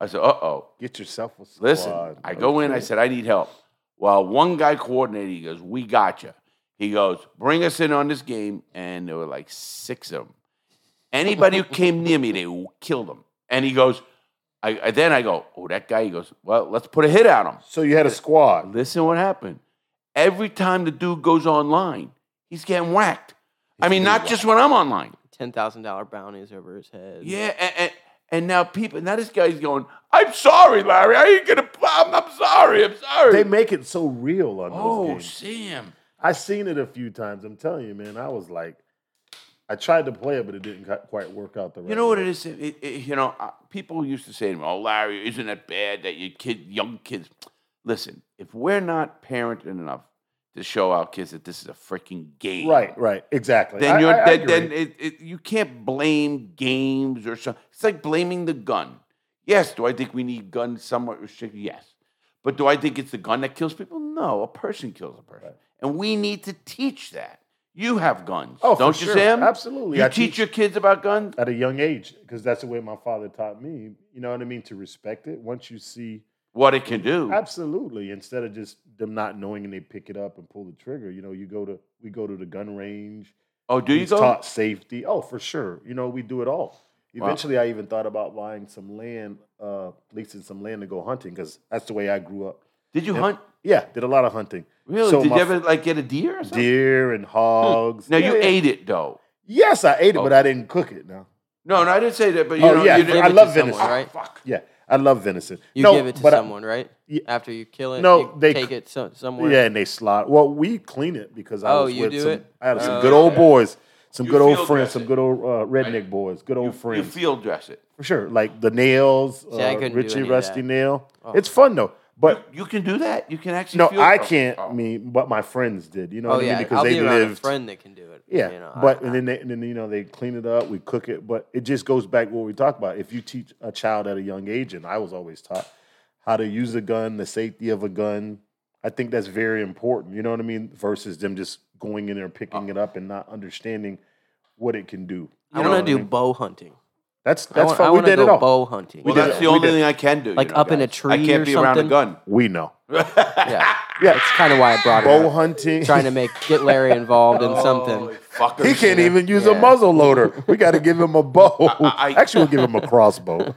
Speaker 1: I said, uh oh.
Speaker 5: <laughs> Get yourself a squad.
Speaker 1: Listen, I go in, I said, I need help. Well, one guy coordinated, he goes, We got you. He goes, Bring us in on this game. And there were like six of them. Anybody who came near me, they w- killed them. And he goes, I, I- then I go, Oh, that guy, he goes, Well, let's put a hit on him.
Speaker 5: So you had a squad.
Speaker 1: Listen what happened. Every time the dude goes online, he's getting whacked. I mean, not just when I'm online.
Speaker 6: Ten thousand dollar bounties over his head.
Speaker 1: Yeah, and, and, and now people, now this guy's going, I'm sorry, Larry. I ain't gonna. I'm, I'm sorry. I'm sorry.
Speaker 5: They make it so real on those
Speaker 1: oh,
Speaker 5: games.
Speaker 1: Sam.
Speaker 5: I seen it a few times. I'm telling you, man. I was like, I tried to play it, but it didn't cu- quite work out the right.
Speaker 1: You know what
Speaker 5: way.
Speaker 1: it is? Sam? It, it, you know, uh, people used to say to me, "Oh, Larry, isn't it bad that your kid, young kids?" Listen, if we're not parenting enough to show our kids that this is a freaking game,
Speaker 5: Right, right, exactly.
Speaker 1: Then
Speaker 5: I-
Speaker 1: you're
Speaker 5: I- I
Speaker 1: then,
Speaker 5: agree.
Speaker 1: then it, it, you can't blame games or something. It's like blaming the gun. Yes, do I think we need guns somewhat restricted? Yes, but do I think it's the gun that kills people? No, a person kills a person, and we need to teach that. You have guns,
Speaker 5: Oh, for
Speaker 1: don't you,
Speaker 5: sure.
Speaker 1: Sam?
Speaker 5: Absolutely.
Speaker 1: You
Speaker 5: I
Speaker 1: teach,
Speaker 5: teach-
Speaker 1: your kids about guns.
Speaker 5: at a young age because that's the way my father taught me. You know what I mean? To respect it. Once you see,
Speaker 1: What it can do.
Speaker 5: absolutely. Instead of just them not knowing and they pick it up and pull the trigger. You know, you go to we go to the gun range.
Speaker 1: Oh, do you
Speaker 5: He's
Speaker 1: go?
Speaker 5: taught safety. Oh, for sure. You know, we do it all. Eventually, I even thought about buying some land, uh, leasing some land to go hunting because that's the way I grew up.
Speaker 1: Did you
Speaker 5: Yeah.
Speaker 1: hunt?
Speaker 5: Yeah, did a lot of hunting.
Speaker 1: Really?
Speaker 5: So
Speaker 1: Did
Speaker 5: my
Speaker 1: you
Speaker 5: f-
Speaker 1: ever like get a deer or something?
Speaker 5: Deer and hogs.
Speaker 1: No,
Speaker 5: Yeah,
Speaker 1: you
Speaker 5: yeah.
Speaker 1: ate it though.
Speaker 5: Yes, I ate it, but
Speaker 1: Oh.
Speaker 5: I didn't cook it. Now,
Speaker 1: No, no, I didn't say that. But you know,
Speaker 5: Oh, yeah,
Speaker 1: you
Speaker 5: I
Speaker 1: didn't-
Speaker 6: Give it to
Speaker 5: love
Speaker 6: someone,
Speaker 5: venison.
Speaker 6: right?
Speaker 5: yeah, I love venison.
Speaker 6: You
Speaker 5: No,
Speaker 6: give it to
Speaker 5: but I-
Speaker 6: someone, right?
Speaker 5: Ye-
Speaker 6: After you kill it,
Speaker 5: No,
Speaker 6: you
Speaker 5: they
Speaker 6: take
Speaker 5: c-
Speaker 6: it so- somewhere.
Speaker 5: Yeah, and they slot. Well, we clean it because I
Speaker 6: Oh,
Speaker 5: was
Speaker 6: you
Speaker 5: with
Speaker 6: do
Speaker 5: some.
Speaker 6: it?
Speaker 5: I had some
Speaker 6: Oh,
Speaker 5: good old boys, some
Speaker 1: You
Speaker 5: good old
Speaker 1: field
Speaker 5: friends,
Speaker 1: dress
Speaker 5: some
Speaker 1: it.
Speaker 5: good old uh, redneck boys, good old
Speaker 1: You, you
Speaker 5: friends
Speaker 1: field dress it.
Speaker 5: for sure. Like the nails, uh,
Speaker 6: I couldn't do
Speaker 5: Richie
Speaker 6: any of
Speaker 5: Rusty
Speaker 6: that. Oh.
Speaker 5: Nail. It's fun though, but
Speaker 1: You can do that. You can actually.
Speaker 5: no,
Speaker 1: field
Speaker 5: I
Speaker 1: dress it.
Speaker 5: can't.
Speaker 1: Oh.
Speaker 5: I mean, but my friends did. You know
Speaker 6: Oh
Speaker 5: what I mean?
Speaker 6: yeah,
Speaker 5: Because
Speaker 6: I'll
Speaker 5: they
Speaker 6: be around a
Speaker 5: lived.
Speaker 6: friend that can do it.
Speaker 5: Yeah,
Speaker 6: you know, I-
Speaker 5: but and then they, and then you know they clean it up, we cook it, but it just goes back to what we talked about. If you teach a child at a young age, and I was always taught how to use a gun, the safety of a gun, I think that's very important. You know what I mean? Versus them just going in there picking it up and not understanding what it can do.
Speaker 6: Oh. I want to do bow hunting.
Speaker 5: That's
Speaker 6: I
Speaker 5: that's
Speaker 6: want- I
Speaker 5: fun.
Speaker 6: want
Speaker 5: we
Speaker 6: to
Speaker 5: did it
Speaker 6: go
Speaker 5: all.
Speaker 6: bow hunting.
Speaker 1: Well,
Speaker 5: did
Speaker 1: that's
Speaker 5: it.
Speaker 1: the
Speaker 5: We
Speaker 1: only
Speaker 5: did-
Speaker 1: thing I can do. you
Speaker 6: Like
Speaker 1: know,
Speaker 6: up in a
Speaker 1: guys.
Speaker 6: tree
Speaker 1: I can't
Speaker 6: or
Speaker 1: be around a
Speaker 6: something?
Speaker 1: gun.
Speaker 5: We know.
Speaker 6: yeah,
Speaker 5: Yeah,
Speaker 6: that's kind of why I brought it
Speaker 5: bow
Speaker 6: up.
Speaker 5: hunting. <laughs>
Speaker 6: Trying to make get Larry involved
Speaker 1: <laughs> Oh,
Speaker 6: in something.
Speaker 1: Fucker.
Speaker 5: he can't even use a muzzle loader. We got to give him a bow.
Speaker 1: I- I-
Speaker 5: Actually, we'll
Speaker 1: <laughs>
Speaker 5: give him a crossbow.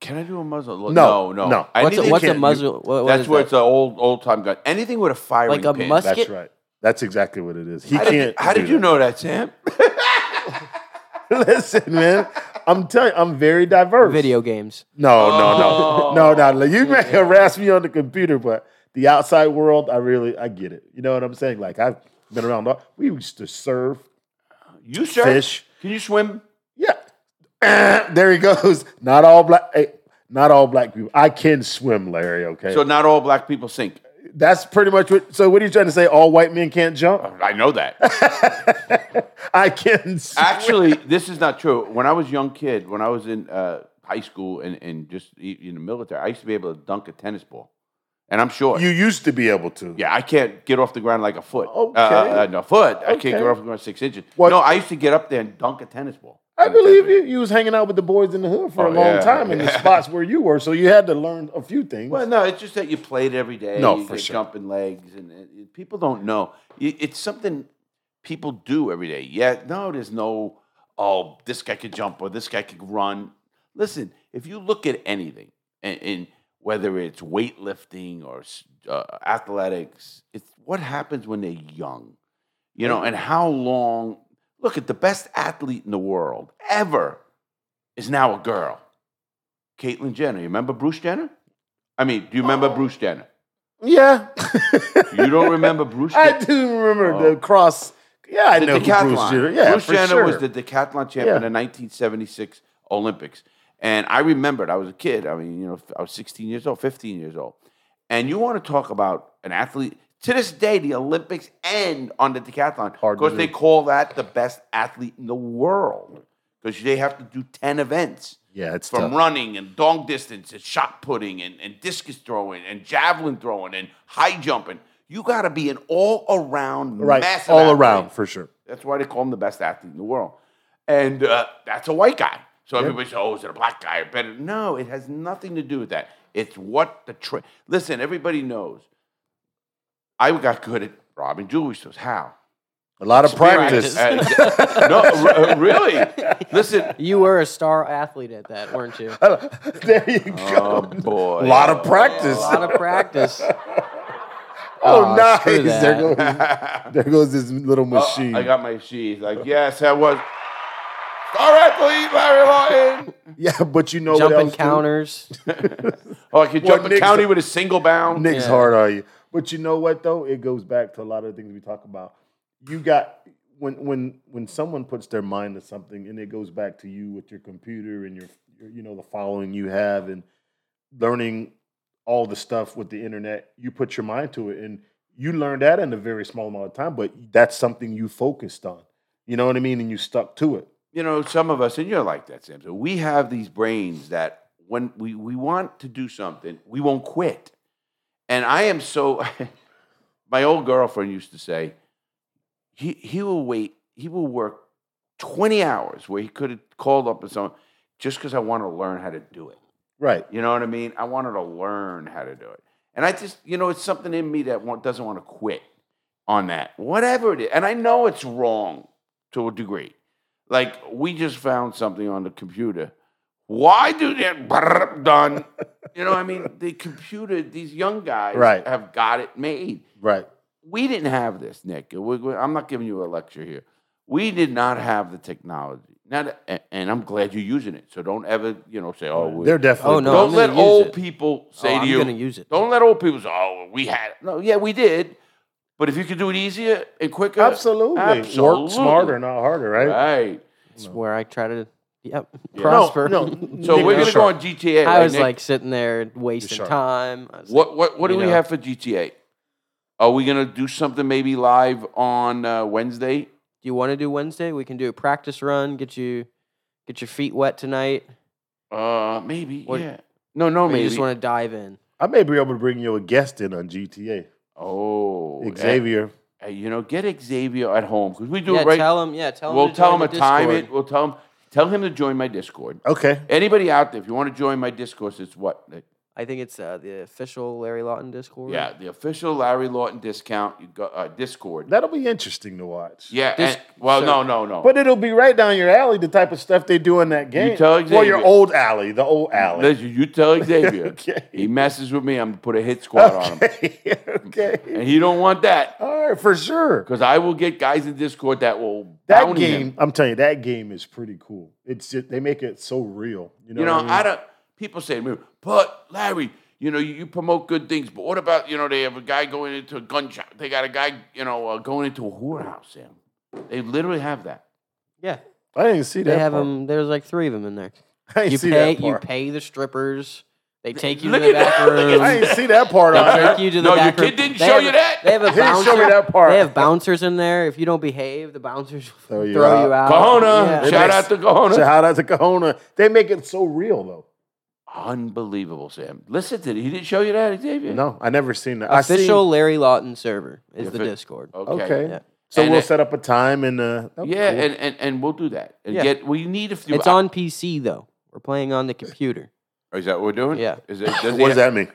Speaker 1: Can I do a muzzle? Look, no,
Speaker 5: No,
Speaker 1: no.
Speaker 5: no.
Speaker 1: I
Speaker 6: What's
Speaker 1: need
Speaker 6: a,
Speaker 1: to-
Speaker 6: what's a
Speaker 5: can't do-
Speaker 6: muzzle? What, what
Speaker 1: That's
Speaker 6: is
Speaker 1: where
Speaker 6: that?
Speaker 1: it's an old old time gun. Anything with a firing
Speaker 6: Like a
Speaker 1: pin.
Speaker 6: musket?
Speaker 5: That's right. That's exactly what it is. He
Speaker 1: How did,
Speaker 5: can't.
Speaker 1: how
Speaker 5: do
Speaker 1: did you
Speaker 5: that.
Speaker 1: know that, Sam?
Speaker 5: <laughs> Listen, man. I'm telling you, I'm very diverse.
Speaker 6: video games.
Speaker 5: No,
Speaker 1: Oh.
Speaker 5: no, no. No, no.
Speaker 1: <laughs>
Speaker 5: You may harass me on the computer, but the outside world, I really I get it. You know what I'm saying? Like I've been around all- we used to surf.
Speaker 1: You sir?
Speaker 5: Fish.
Speaker 1: Can you swim?
Speaker 5: Yeah. <clears throat> there he goes. Not all black hey, not all black people. I can swim, Larry, okay?
Speaker 1: So not all black people sink.
Speaker 5: That's pretty much what so what are you trying to say? All white men can't jump?
Speaker 1: I know that.
Speaker 5: <laughs> I can swim.
Speaker 1: <laughs> Actually, this is not true. When I was a young kid, when I was in uh, high school and, and just e- in the military, I used to be able to dunk a tennis ball. And I'm sure.
Speaker 5: you used to be able to.
Speaker 1: yeah, I can't get off the ground like a foot.
Speaker 5: Okay.
Speaker 1: Uh, uh, no, foot. I can't get
Speaker 5: Okay.
Speaker 1: off the ground six inches.
Speaker 5: What-
Speaker 1: No, I used to get up there and dunk a tennis ball.
Speaker 5: I believe you. You was hanging out with the boys in the hood for
Speaker 1: Oh,
Speaker 5: a long
Speaker 1: yeah.
Speaker 5: time in the spots where you were, so you had to learn a few things.
Speaker 1: Well, no, it's just that you played every day.
Speaker 5: No,
Speaker 1: you
Speaker 5: for
Speaker 1: get
Speaker 5: sure.
Speaker 1: Jumping legs, and it- it- people don't know. I- It's something people do every day. Yeah, no, there's no. Oh, this guy could jump or this guy could run. Listen, if you look at anything, and, and whether it's weightlifting or s- uh, athletics, it's what happens when they're young, you know, and how long. Look at the best athlete in the world ever is now a girl. Caitlyn Jenner. You remember Bruce Jenner? I mean, do you remember Bruce Jenner? <laughs>
Speaker 5: yeah,
Speaker 1: You don't remember Bruce Jenner?
Speaker 5: I do remember
Speaker 1: Oh.
Speaker 5: the cross. Yeah, I
Speaker 1: The
Speaker 5: know who Bruce
Speaker 1: decathlon.
Speaker 5: Jenner. Yeah,
Speaker 1: Bruce
Speaker 5: for
Speaker 1: Jenner
Speaker 5: sure.
Speaker 1: was the decathlon champion
Speaker 5: Yeah.
Speaker 1: in the 1976 Olympics. And I remembered I was a kid. I mean, you know, I was 16 years old, 15 years old. And you want to talk about an athlete. To this day, the Olympics end on the decathlon
Speaker 5: Hard to
Speaker 1: because they
Speaker 5: do.
Speaker 1: call that the best athlete in the world because they have to do 10 events.
Speaker 5: yeah, it's
Speaker 1: from
Speaker 5: tough.
Speaker 1: running and long distance and shot putting and, and discus throwing and javelin throwing and high jumping. You got to be an all around
Speaker 5: right,
Speaker 1: massive
Speaker 5: all
Speaker 1: athlete.
Speaker 5: around for sure.
Speaker 1: That's why they call him the best athlete in the world. and uh, that's a white guy. So everybody says, "Oh, is it a black guy or better?" No, it has nothing to do with that. It's what the tra- listen. Everybody knows. I got good at robbing jewelry stores. How?
Speaker 5: A lot of practice.
Speaker 1: Uh, no, r- uh, really.
Speaker 5: <laughs>
Speaker 1: Listen,
Speaker 6: You were a star athlete at that, weren't you?
Speaker 5: there you
Speaker 1: oh
Speaker 5: go.
Speaker 1: boy, Uh,
Speaker 5: A lot of practice.
Speaker 6: A lot of
Speaker 5: <laughs>
Speaker 6: practice.
Speaker 5: Oh, nice.
Speaker 6: screw
Speaker 5: There goes, there goes this little
Speaker 1: <laughs> Oh,
Speaker 5: machine.
Speaker 1: I got my she's like, yes, that was. All right, please, Larry Lawton.
Speaker 5: yeah, <laughs> but you know what
Speaker 6: Jumping
Speaker 5: else? dude?
Speaker 6: counters.
Speaker 1: Oh, I could
Speaker 5: Well,
Speaker 1: jump a
Speaker 5: Nick's-
Speaker 1: county with a single bound.
Speaker 5: Nick's
Speaker 6: Yeah.
Speaker 5: hard are you? But you know what though? It goes back to a lot of the things we talk about. You got when when when someone puts their mind to something and it goes back to you with your computer and your, your you know the following you have and learning all the stuff with the internet, you put your mind to it and you learn that in a very small amount of time, but that's something you focused on. You know what I mean? And you stuck to it.
Speaker 1: you know, some of us, and you're like that, Samson. We have these brains that when we, we want to do something, we won't quit. And I am so. <laughs> my old girlfriend used to say, he he will wait. He will work twenty hours where he could have called up and someone just because I want to learn how to do it.
Speaker 5: Right.
Speaker 1: You know what I mean? I wanted to learn how to do it. And I just, you know, it's something in me that want, doesn't want to quit on that, whatever it is. And I know it's wrong to a degree. Like, we just found something on the computer. Why do that? Brrr, Done. You know, what I mean, the computer, these young guys
Speaker 5: Right.
Speaker 1: have got it made.
Speaker 5: Right.
Speaker 1: We didn't have this, Nick. We- we- I'm not giving you a lecture here. We did not have the technology. Now, that- and- and I'm glad you're using it. So don't ever, you know, say, "Oh, we-
Speaker 5: They're definitely
Speaker 6: Oh, no.
Speaker 1: don't
Speaker 6: I'm
Speaker 1: let
Speaker 6: gonna use
Speaker 1: old
Speaker 6: it.
Speaker 1: people
Speaker 6: Oh,
Speaker 1: say to
Speaker 6: I'm
Speaker 1: you.
Speaker 6: gonna use it.
Speaker 1: Don't let old people say, "Oh, well, we had." It. No, yeah, we did, but if you could do it easier and quicker,
Speaker 5: Absolutely. Work
Speaker 1: absolutely.
Speaker 5: smarter, not harder, right?
Speaker 1: right?
Speaker 6: It's where I try to yep,
Speaker 5: No,
Speaker 6: prosper. <laughs>
Speaker 5: no.
Speaker 1: So
Speaker 5: Nick,
Speaker 1: we're gonna
Speaker 5: you're
Speaker 1: go
Speaker 5: sharp.
Speaker 1: on GTA.
Speaker 6: I
Speaker 1: right,
Speaker 6: was
Speaker 1: Nick?
Speaker 6: like sitting there wasting
Speaker 5: sharp.
Speaker 6: time. I was
Speaker 1: "What? What? What do
Speaker 6: you
Speaker 1: we
Speaker 6: know.
Speaker 1: have for GTA? Are we gonna do something maybe live on uh, Wednesday?
Speaker 6: do you want to do Wednesday? We can do a practice run. Get you, get your feet wet tonight.
Speaker 1: Uh, maybe.
Speaker 6: What-
Speaker 1: yeah. No, no,
Speaker 6: Or
Speaker 1: maybe.
Speaker 6: you just want to dive in.
Speaker 5: I may be able to bring you a guest in on GTA.
Speaker 1: oh, eh,
Speaker 5: Xavier.
Speaker 1: eh, you know, get Xavier at home because we do
Speaker 6: yeah,
Speaker 1: it right.
Speaker 6: tell him. Yeah, tell him.
Speaker 1: we'll
Speaker 6: to
Speaker 1: tell him
Speaker 6: join
Speaker 1: a
Speaker 6: the
Speaker 1: time.
Speaker 6: Discord.
Speaker 1: It. We'll tell him. Tell him to join my Discord.
Speaker 5: Okay.
Speaker 1: Anybody out there, if you want to join my discourse, it's what?
Speaker 6: I think it's uh, the official Larry Lawton Discord.
Speaker 1: Yeah, the official Larry Lawton discount you go, uh, Discord.
Speaker 5: That'll be interesting to watch.
Speaker 1: yeah,
Speaker 6: Dis-
Speaker 1: and- well,
Speaker 6: so-
Speaker 1: no, no, no.
Speaker 5: But it'll be right down your alley, the type of stuff they do in that game.
Speaker 1: tell
Speaker 5: Well,
Speaker 1: Xavier.
Speaker 5: your old alley, the old
Speaker 1: <laughs>
Speaker 5: alley. <laughs>
Speaker 1: Listen, you tell Xavier.
Speaker 5: Okay.
Speaker 1: He messes with me. I'm gonna put a hit squad on him,
Speaker 5: okay.
Speaker 1: and he don't want that
Speaker 5: All right, for sure.
Speaker 1: because I will get guys in Discord that will
Speaker 5: That
Speaker 1: bounty him.
Speaker 5: game, I'm telling you, that game is pretty cool. It's just, they make it so real. You know,
Speaker 1: You know,
Speaker 5: what I mean?
Speaker 1: I don't. People say to me, but Larry, you know, you, you promote good things, but what about you know they have a guy going into a gun shop? They got a guy you know uh, going into a whorehouse. Sam, they literally have that.
Speaker 6: yeah.
Speaker 5: I didn't see that.
Speaker 6: They have
Speaker 5: part.
Speaker 6: them. There's like three of them in there.
Speaker 5: <laughs> I didn't
Speaker 6: You
Speaker 5: see
Speaker 6: pay.
Speaker 5: that
Speaker 6: You
Speaker 5: part.
Speaker 6: pay the strippers. They take you
Speaker 1: Look
Speaker 6: to the
Speaker 1: at
Speaker 6: back
Speaker 1: that. Look at <laughs>
Speaker 6: room.
Speaker 5: I didn't see that part on
Speaker 6: They
Speaker 5: there.
Speaker 6: take you to the
Speaker 1: No, your
Speaker 6: back room.
Speaker 1: kid didn't
Speaker 6: They
Speaker 1: show
Speaker 6: have-
Speaker 1: you that.
Speaker 6: They
Speaker 1: <laughs>
Speaker 6: have a
Speaker 5: He didn't
Speaker 6: bouncer.
Speaker 5: show me that part.
Speaker 6: They have bouncers in there. If you don't behave, the bouncers
Speaker 5: Throw
Speaker 6: throw
Speaker 5: you
Speaker 6: you
Speaker 5: out.
Speaker 6: out.
Speaker 1: Kahona,
Speaker 6: Yeah.
Speaker 1: shout
Speaker 5: makes-
Speaker 1: out to Kahona.
Speaker 5: Uh, So how does the Kahona? They make it so real though.
Speaker 1: Unbelievable, Sam. Listen to it. He didn't show you that, Xavier.
Speaker 5: No, I never seen that. I seen-
Speaker 6: Official Larry Lawton server is
Speaker 1: If
Speaker 6: the
Speaker 1: it-
Speaker 6: Discord.
Speaker 1: Okay.
Speaker 5: Okay.
Speaker 6: Yeah.
Speaker 5: So
Speaker 1: And
Speaker 5: we'll
Speaker 1: it-
Speaker 5: set up a time and uh that'd be
Speaker 1: Yeah,
Speaker 5: cool.
Speaker 1: and, and and we'll do that. And
Speaker 6: Yeah.
Speaker 1: get we need a few.
Speaker 6: It's on PC though. We're playing on
Speaker 5: <laughs>
Speaker 6: the computer.
Speaker 1: Is that what we're doing?
Speaker 6: Yeah.
Speaker 1: Is it,
Speaker 6: <laughs>
Speaker 1: does he
Speaker 5: what does
Speaker 1: have-
Speaker 5: that mean?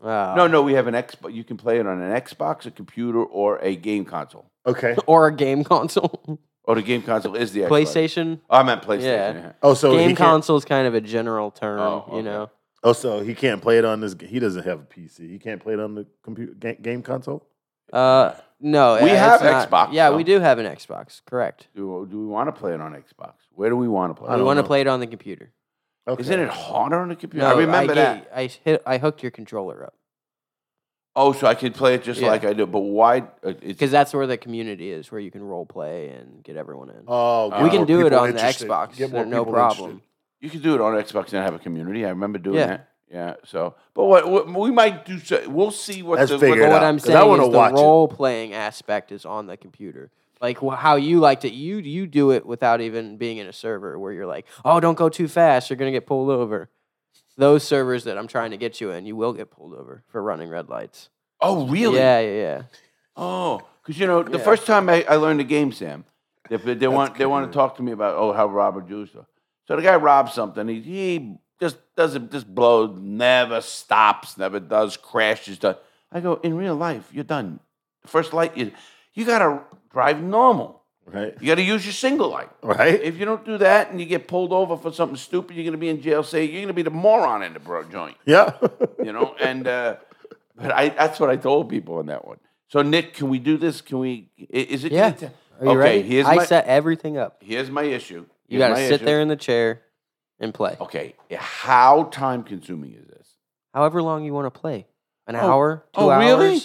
Speaker 6: Uh,
Speaker 1: No, no. We have an Xbox. You can play it on an Xbox, a computer, or a game console.
Speaker 5: Okay.
Speaker 6: Or a
Speaker 5: <laughs>
Speaker 6: game console.
Speaker 1: Oh, the game console is the Xbox.
Speaker 6: PlayStation.
Speaker 1: Oh, I meant PlayStation.
Speaker 6: Yeah.
Speaker 1: yeah.
Speaker 5: Oh, so he
Speaker 6: game
Speaker 5: can't-
Speaker 6: console is kind of a general term,
Speaker 1: Oh, okay.
Speaker 6: you know.
Speaker 5: Oh, so he can't play it on this. He doesn't have a PC. He can't play it on the computer ga- game console.
Speaker 6: Uh, no,
Speaker 1: We
Speaker 6: uh,
Speaker 1: have
Speaker 6: it's not-
Speaker 1: Xbox,
Speaker 6: Yeah,
Speaker 1: though.
Speaker 6: we do have an Xbox. Correct.
Speaker 1: Do, do we want to play it on Xbox? Where do we want to play?
Speaker 6: We
Speaker 1: it?
Speaker 5: don't
Speaker 6: want to
Speaker 5: know.
Speaker 6: play it on the computer.
Speaker 5: Okay.
Speaker 1: Isn't it harder on the computer?
Speaker 6: No,
Speaker 1: I remember that.
Speaker 6: gave- I hit. I hooked your controller up
Speaker 1: Oh, so I could play it just
Speaker 6: Yeah.
Speaker 1: like I do. But why? uh, It's,
Speaker 6: because that's where the community is, where you can role play and get everyone in.
Speaker 5: Oh, get
Speaker 1: We
Speaker 5: more
Speaker 1: can
Speaker 6: do it
Speaker 5: people
Speaker 6: on the
Speaker 5: interested.
Speaker 6: Xbox.
Speaker 5: Get more
Speaker 6: There- no
Speaker 5: people
Speaker 6: problem.
Speaker 5: interested.
Speaker 1: you could do it on Xbox and have a community. I remember doing
Speaker 6: Yeah.
Speaker 1: that. Yeah. So, but what, what we might do? So, we'll see what.
Speaker 5: Let's
Speaker 1: the,
Speaker 5: figure
Speaker 1: what,
Speaker 5: it
Speaker 6: But
Speaker 5: out.
Speaker 6: what I'm
Speaker 5: 'cause I
Speaker 6: saying
Speaker 5: wanna
Speaker 6: is the
Speaker 5: watch it.
Speaker 6: role playing aspect is on the computer. Like wh- how you liked it, you you do it without even being in a server where you're like, oh, don't go too fast, you're gonna get pulled over. Those servers that I'm trying to get you in, you will get pulled over for running red lights.
Speaker 1: Oh, really?
Speaker 6: Yeah, yeah, yeah.
Speaker 1: Oh, because you know the first time I, I learned the game, Sam, They, they want they want to talk to me about oh how Robert Jewish. So the guy robs something. He, he just doesn't just blows, never stops, never does, crashes. Does. I go in real life, you're done. First light, you you gotta drive normal.
Speaker 5: Right. <laughs>
Speaker 1: You gotta use your single light.
Speaker 5: Right.
Speaker 1: If you don't do that and you get pulled over for something stupid, you're gonna be in jail. Say you're gonna be the moron in the bro joint
Speaker 5: yeah. <laughs>
Speaker 1: you know. <laughs> And uh, but I that's what I told people on that one. So Nick, can we do this? Can we? i- Is it?
Speaker 6: Yeah. Are you
Speaker 1: okay.
Speaker 6: ready?
Speaker 1: Here's
Speaker 6: I
Speaker 1: my
Speaker 6: set everything up.
Speaker 1: here's my issue.
Speaker 6: You
Speaker 1: Here's
Speaker 6: got to
Speaker 1: my
Speaker 6: sit
Speaker 1: issue.
Speaker 6: there in the chair and play.
Speaker 5: Oh.
Speaker 1: Okay. How time consuming is this?
Speaker 6: However long you want to play. An hour, two
Speaker 1: oh,
Speaker 6: hours.
Speaker 1: really?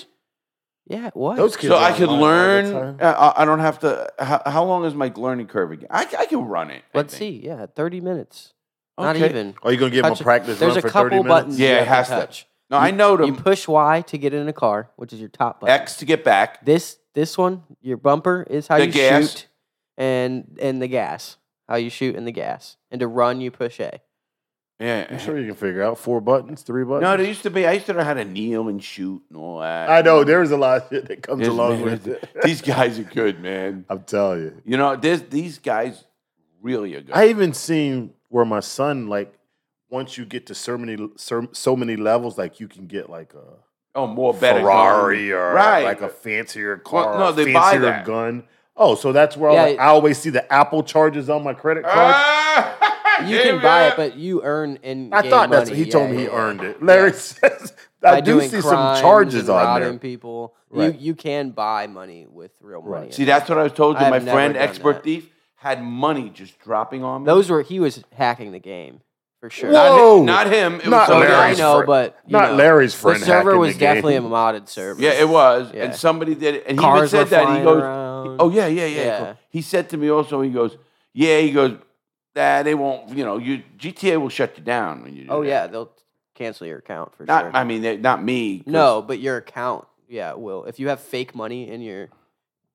Speaker 6: Yeah, what?
Speaker 5: Those kids
Speaker 1: so I
Speaker 5: are
Speaker 1: could
Speaker 5: online all the
Speaker 1: learn. uh,
Speaker 5: time.
Speaker 1: I, I don't have to. How, how long is my learning curve again? I, I can run it. I
Speaker 6: Let's
Speaker 1: think.
Speaker 6: see. Yeah, 30 minutes.
Speaker 1: Okay.
Speaker 6: Not even.
Speaker 5: Are you gonna give them a
Speaker 6: Touch-
Speaker 5: practice
Speaker 6: There's
Speaker 5: run
Speaker 6: a
Speaker 5: for
Speaker 6: couple
Speaker 5: 30 minutes?
Speaker 6: buttons.
Speaker 1: Yeah,
Speaker 6: you
Speaker 1: it
Speaker 6: have to
Speaker 1: has to.
Speaker 6: touch.
Speaker 1: No, I know
Speaker 6: You
Speaker 1: them.
Speaker 6: push Y to get in a car, which is your top button.
Speaker 1: X to get back.
Speaker 6: This this one, your bumper is how
Speaker 1: The
Speaker 6: you
Speaker 1: gas.
Speaker 6: shoot, and and the gas, how you shoot and the gas, and to run you push A.
Speaker 1: Yeah.
Speaker 5: I'm sure you can figure out four buttons, three buttons.
Speaker 1: No, there used to be. I used to know how to kneel and shoot and all that. <laughs>
Speaker 5: I know there's a lot of shit that comes
Speaker 1: There's-
Speaker 5: along
Speaker 1: man,
Speaker 5: with it.
Speaker 1: <laughs> These guys are good, man.
Speaker 5: <laughs> I'm telling you.
Speaker 1: You know, there's, these guys really are good.
Speaker 5: I even seen where my son like once you get to so many so, so many levels, like you can get like a
Speaker 1: oh, more better
Speaker 5: Ferrari
Speaker 1: gun.
Speaker 5: or
Speaker 1: right,
Speaker 5: like a fancier car,
Speaker 1: Well, no,
Speaker 5: a
Speaker 1: they buy
Speaker 5: fancier
Speaker 1: that.
Speaker 5: gun. Oh, so that's where
Speaker 6: Yeah,
Speaker 5: I,
Speaker 6: it-
Speaker 5: I always see the Apple charges on my credit card.
Speaker 1: <laughs> Ah,
Speaker 6: You can
Speaker 1: yeah.
Speaker 6: buy it, but you earn in.
Speaker 5: I thought that's
Speaker 6: money.
Speaker 5: he told
Speaker 6: Yeah,
Speaker 5: me he
Speaker 6: yeah, yeah.
Speaker 5: earned it. Larry <laughs>
Speaker 6: Yeah.
Speaker 5: says
Speaker 6: By
Speaker 5: I do
Speaker 6: doing
Speaker 5: see
Speaker 6: crimes
Speaker 5: some charges
Speaker 6: and
Speaker 5: on
Speaker 6: robbing
Speaker 5: there.
Speaker 6: people.
Speaker 5: Right.
Speaker 6: You you can buy money with real money.
Speaker 5: Right.
Speaker 6: in
Speaker 1: See,
Speaker 6: it.
Speaker 1: that's what I was told you.
Speaker 6: I've
Speaker 1: My
Speaker 6: never
Speaker 1: friend,
Speaker 6: done
Speaker 1: expert
Speaker 6: that.
Speaker 1: thief, had money just dropping on me.
Speaker 6: those were he was hacking the game for sure.
Speaker 1: not, hi-
Speaker 5: Whoa!
Speaker 1: not him. It
Speaker 5: Not
Speaker 1: was somebody
Speaker 5: Larry's
Speaker 6: I
Speaker 1: else.
Speaker 6: know,
Speaker 5: friend.
Speaker 6: but you
Speaker 5: Not
Speaker 6: know,
Speaker 5: Larry's friend
Speaker 6: The server
Speaker 5: hacking
Speaker 6: was
Speaker 5: the game.
Speaker 6: definitely a modded server.
Speaker 1: Yeah, it was.
Speaker 6: Yeah.
Speaker 1: And somebody did it. And he even
Speaker 6: Cars
Speaker 1: said
Speaker 6: were
Speaker 1: that. He
Speaker 6: flying
Speaker 1: goes,
Speaker 6: around.
Speaker 1: Oh, yeah, yeah, yeah.
Speaker 6: Yeah.
Speaker 1: He said to me also, he goes, Yeah, he goes, Nah, they won't, you know, you GTA will shut you down when you do
Speaker 6: Oh
Speaker 1: that."
Speaker 6: yeah, they'll cancel your account for
Speaker 1: Not,
Speaker 6: sure.
Speaker 1: I mean, they- not me. 'cause-
Speaker 6: No, but your account, yeah, will. If you have fake money in your,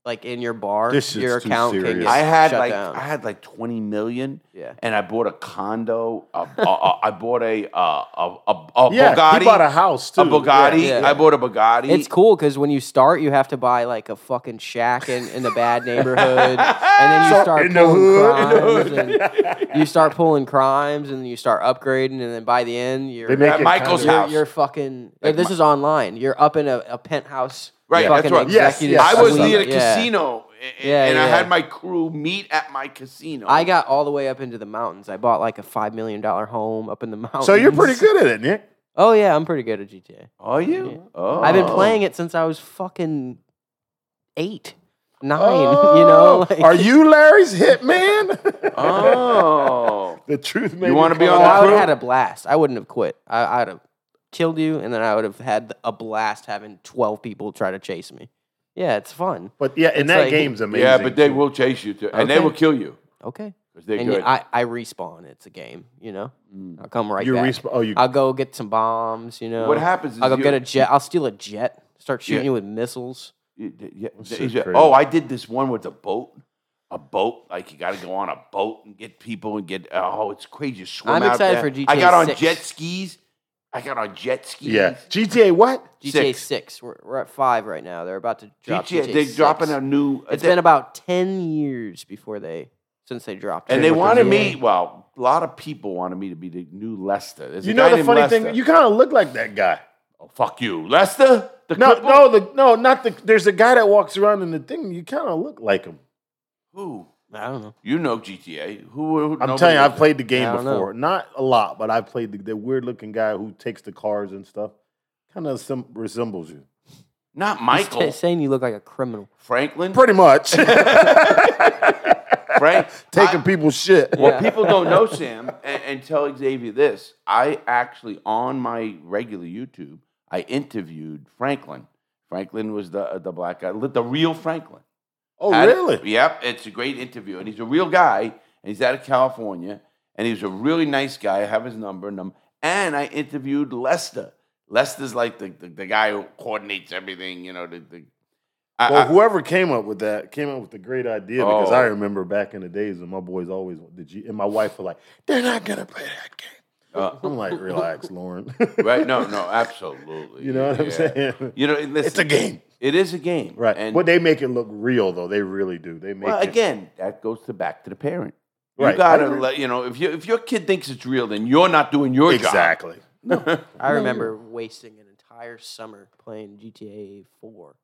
Speaker 6: like in your bar,
Speaker 5: This shit's
Speaker 6: your
Speaker 5: too
Speaker 6: account can
Speaker 5: serious.
Speaker 6: get
Speaker 1: I had
Speaker 6: shut
Speaker 1: like
Speaker 6: down.
Speaker 1: I had like twenty million.
Speaker 6: Yeah.
Speaker 1: And I bought a condo. A, a, a, I bought a a a, a, a
Speaker 5: Yeah,
Speaker 1: Bugatti.
Speaker 5: he bought a house too.
Speaker 1: a
Speaker 5: <laughs>
Speaker 1: Bugatti.
Speaker 6: Yeah, yeah.
Speaker 1: I bought a Bugatti.
Speaker 6: it's cool because when you start, you have to buy like a fucking shack in, in the
Speaker 1: <laughs>
Speaker 6: bad neighborhood, and then you
Speaker 5: So-
Speaker 6: start
Speaker 5: in the
Speaker 6: pulling
Speaker 5: hood, in the
Speaker 6: crimes,
Speaker 5: <laughs>
Speaker 6: and you start pulling crimes, and then you start upgrading, and then by the end, you're
Speaker 5: They make
Speaker 1: At
Speaker 5: it
Speaker 1: Michael's
Speaker 5: kinda-
Speaker 6: you're,
Speaker 1: house.
Speaker 6: you're fucking. this is online. You're up in a, a penthouse.
Speaker 1: Right, that's
Speaker 6: fucking
Speaker 1: right.
Speaker 5: Yes,
Speaker 6: executive
Speaker 5: yes,
Speaker 1: I was
Speaker 5: I
Speaker 6: suite.
Speaker 1: near the
Speaker 6: Yeah.
Speaker 1: casino, a- a-
Speaker 6: Yeah,
Speaker 1: and I
Speaker 6: yeah.
Speaker 1: had my crew meet at my casino.
Speaker 6: I got all the way up into the mountains. I bought like a five million dollar home up in the mountains.
Speaker 5: So you're pretty good at it, Nick.
Speaker 6: Oh yeah, I'm pretty good at GTA.
Speaker 1: Are you? Oh,
Speaker 6: I've been playing it since I was fucking eight, nine. <laughs> you
Speaker 5: Oh,
Speaker 6: know, <laughs> like,
Speaker 5: are you Larry's hitman? <laughs>
Speaker 1: Oh,
Speaker 5: the truth may
Speaker 1: You wanna be
Speaker 5: come
Speaker 1: on
Speaker 6: Well,
Speaker 5: out.
Speaker 6: <laughs> I would
Speaker 1: crew?
Speaker 6: have had a blast. I wouldn't have quit. I, I'd have killed you, and then I would have had a blast having twelve people try to chase me. Yeah, it's fun.
Speaker 5: But yeah, and
Speaker 6: It's
Speaker 5: that
Speaker 6: like-
Speaker 5: game's amazing.
Speaker 1: yeah, but they
Speaker 5: too.
Speaker 1: will chase you too, and they
Speaker 6: Okay.
Speaker 1: will kill you
Speaker 6: Okay,
Speaker 1: because they're
Speaker 6: and
Speaker 1: good. Mm.
Speaker 6: I, I respawn. It's a game. You know, I'll come right
Speaker 5: You
Speaker 6: back.
Speaker 5: resp- oh, you-
Speaker 6: I'll go get some bombs. You know,
Speaker 1: What happens is
Speaker 6: I'll go
Speaker 1: you-
Speaker 6: get a jet. I'll steal a jet. Start shooting
Speaker 1: Yeah.
Speaker 6: you with missiles.
Speaker 1: You- d- yeah,
Speaker 5: That's
Speaker 1: d-
Speaker 5: so
Speaker 1: he said,
Speaker 5: crazy.
Speaker 1: oh, I did this one with a boat. A boat, like you got to go on a boat and get people and get. Oh, it's crazy. You swim
Speaker 6: I'm
Speaker 1: out
Speaker 6: excited
Speaker 1: there.
Speaker 6: for
Speaker 1: I
Speaker 6: GTA
Speaker 1: got on
Speaker 6: 6.
Speaker 1: jet skis. I got on jet skis.
Speaker 5: Yeah, GTA what?
Speaker 6: GTA
Speaker 1: Six.
Speaker 6: six. We're, we're at five right now. They're about to drop
Speaker 1: GTA.
Speaker 6: GTA.
Speaker 1: they're
Speaker 6: 6.
Speaker 1: dropping a new.
Speaker 6: It's
Speaker 1: they-
Speaker 6: been about ten years before they since they dropped.
Speaker 1: and
Speaker 6: it.
Speaker 1: they
Speaker 5: with the
Speaker 1: wanted
Speaker 5: new
Speaker 1: me. Well, a lot of people wanted me to be the new Lester. There's a
Speaker 5: You
Speaker 1: guy
Speaker 5: know the
Speaker 1: named
Speaker 5: funny
Speaker 1: Lester.
Speaker 5: thing, you kind of look like that guy.
Speaker 1: oh, fuck you, Lester. The
Speaker 5: No,
Speaker 1: cripple?
Speaker 5: no, the no, not the. There's a guy that walks around in the thing. You kind of look like him.
Speaker 1: Who?
Speaker 6: I don't know.
Speaker 1: You know GTA. Who? who
Speaker 5: I'm
Speaker 1: nobody
Speaker 5: telling you,
Speaker 1: knows
Speaker 5: I've played the game
Speaker 6: I don't
Speaker 5: before. Not a lot, but I've played the, the weird looking guy who takes the cars and stuff. Kind of sim- resembles you,
Speaker 1: that. Not
Speaker 6: He's
Speaker 1: Michael
Speaker 6: t- <laughs> saying you look like a criminal.
Speaker 5: <laughs>
Speaker 1: Franklin. <laughs>
Speaker 5: pretty much.
Speaker 1: Frank
Speaker 5: <laughs> Taking
Speaker 1: I-
Speaker 5: people's shit.
Speaker 1: Well, people don't know Sam and, and tell Xavier this. I actually on my regular YouTube, I interviewed Franklin. Franklin was the the black guy, the real Franklin.
Speaker 5: Oh,
Speaker 1: Had it-
Speaker 5: really?
Speaker 1: Yep, it's a great interview, and he's a real guy, and he's out of California, and he's a really nice guy. I have his number, and, i and I interviewed Lester. Lester's like the, the, the guy who coordinates everything, you know. The, the I-
Speaker 5: Well,
Speaker 1: I-
Speaker 5: whoever came up with that came up with a great idea because
Speaker 1: Oh.
Speaker 5: I remember back in the days when my boys always the G, and my wife were like, "They're not gonna play that game.
Speaker 1: Uh,
Speaker 5: <laughs> I'm like, relax, Lauren.
Speaker 1: right? No, no, absolutely.
Speaker 5: <laughs> you know what I'm
Speaker 1: Yeah.
Speaker 5: saying?
Speaker 1: You know, and listen,
Speaker 5: It's a game.
Speaker 1: It is a game,
Speaker 5: Right.
Speaker 1: And
Speaker 5: but they make it look real though. They really do. They make
Speaker 1: well,
Speaker 5: it
Speaker 1: again, that goes to back to the parent. You
Speaker 5: Right. I
Speaker 1: gotta
Speaker 5: agree.
Speaker 1: let you know if you if your kid thinks it's real, then you're not doing your job.
Speaker 5: exactly.
Speaker 6: I remember wasting an entire summer playing GTA 4.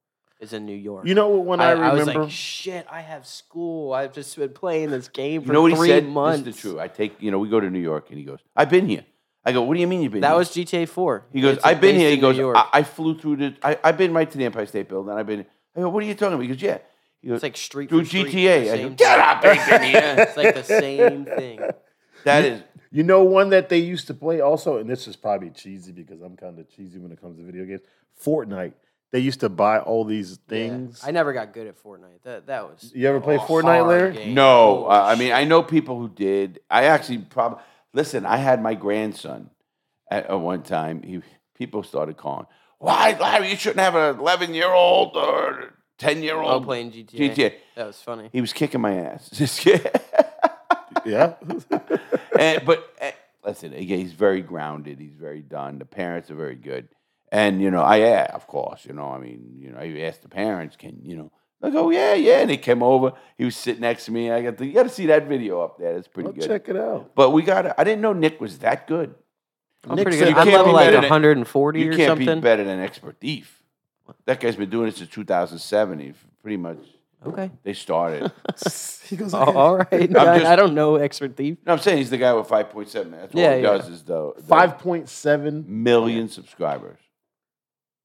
Speaker 6: Is in New York.
Speaker 5: You know what one I,
Speaker 6: was
Speaker 5: remember?
Speaker 6: like, shit, I have school. I've just been playing this game for
Speaker 1: You know what
Speaker 6: three
Speaker 1: he said?
Speaker 6: months.
Speaker 1: This is the truth. I take you know we go to New York and he goes, I've been here. I go, what do you mean you've been?
Speaker 6: That
Speaker 1: here?
Speaker 6: was GTA 4.
Speaker 1: He goes,
Speaker 6: It's
Speaker 1: I've been
Speaker 6: based
Speaker 1: here. He
Speaker 6: in New
Speaker 1: goes,
Speaker 6: York.
Speaker 1: I, I flew through the. I, I've been right to the Empire State Building. I've been. I go, what are you talking about? He goes, yeah. He goes,
Speaker 6: it's like street
Speaker 1: through
Speaker 6: for street, the
Speaker 1: GTA. I go,
Speaker 6: same
Speaker 1: get
Speaker 6: thing.
Speaker 1: up,
Speaker 6: <laughs>
Speaker 1: Anthony.
Speaker 6: It's like the
Speaker 1: <laughs>
Speaker 6: same thing.
Speaker 1: that is
Speaker 5: You know one that they used to play also, and this is probably cheesy because I'm kind of cheesy when it comes to video games. Fortnite. They used to buy all these things.
Speaker 6: I never got good at Fortnite. That that was
Speaker 5: You ever
Speaker 1: Oh,
Speaker 5: play
Speaker 6: a
Speaker 5: Fortnite,
Speaker 6: hard
Speaker 5: Larry?
Speaker 6: game. Oh,
Speaker 1: No,
Speaker 6: Holy
Speaker 1: uh, I
Speaker 6: shit.
Speaker 1: mean I know people who did. I actually probably listen. I had my grandson at, at one time. He people started calling, "Why, Larry? You shouldn't have an eleven-year-old or
Speaker 6: Oh,
Speaker 1: ten-year-old
Speaker 6: playing GTA.
Speaker 1: GTA."
Speaker 6: That was funny.
Speaker 1: He was kicking my ass. <laughs> This
Speaker 5: <laughs>
Speaker 1: kid.
Speaker 5: Yeah. <laughs>
Speaker 1: and, but eh, listen, again, he's very grounded. He's very done. The parents are very good. And you know, I yeah, of course, you know, I mean, you know, I asked the parents, can you know, they go, yeah, yeah, and they came over. He was sitting next to me. I got, to, you got to see that video up there. That's pretty
Speaker 5: I'll
Speaker 1: good.
Speaker 5: check it out.
Speaker 1: But we got, I didn't know Nick was that good.
Speaker 6: I'm
Speaker 5: Nick
Speaker 6: pretty
Speaker 5: said
Speaker 6: good.
Speaker 5: you
Speaker 6: I'm
Speaker 1: can't
Speaker 6: level
Speaker 1: be
Speaker 6: like
Speaker 1: better than-
Speaker 6: 140
Speaker 1: You
Speaker 6: or
Speaker 1: can't
Speaker 6: something.
Speaker 1: be better than Expert Thief. That guy's been doing it since 2007. He's pretty much
Speaker 6: Okay.
Speaker 1: they
Speaker 6: <laughs>
Speaker 1: started.
Speaker 5: He goes,
Speaker 6: Oh, <laughs> all right. I,
Speaker 1: just-
Speaker 6: I don't know expert thief.
Speaker 1: no, I'm saying he's the guy with 5.7. That's all
Speaker 6: Yeah,
Speaker 1: he
Speaker 6: yeah.
Speaker 1: does is the, the
Speaker 5: five point seven.
Speaker 1: million subscribers,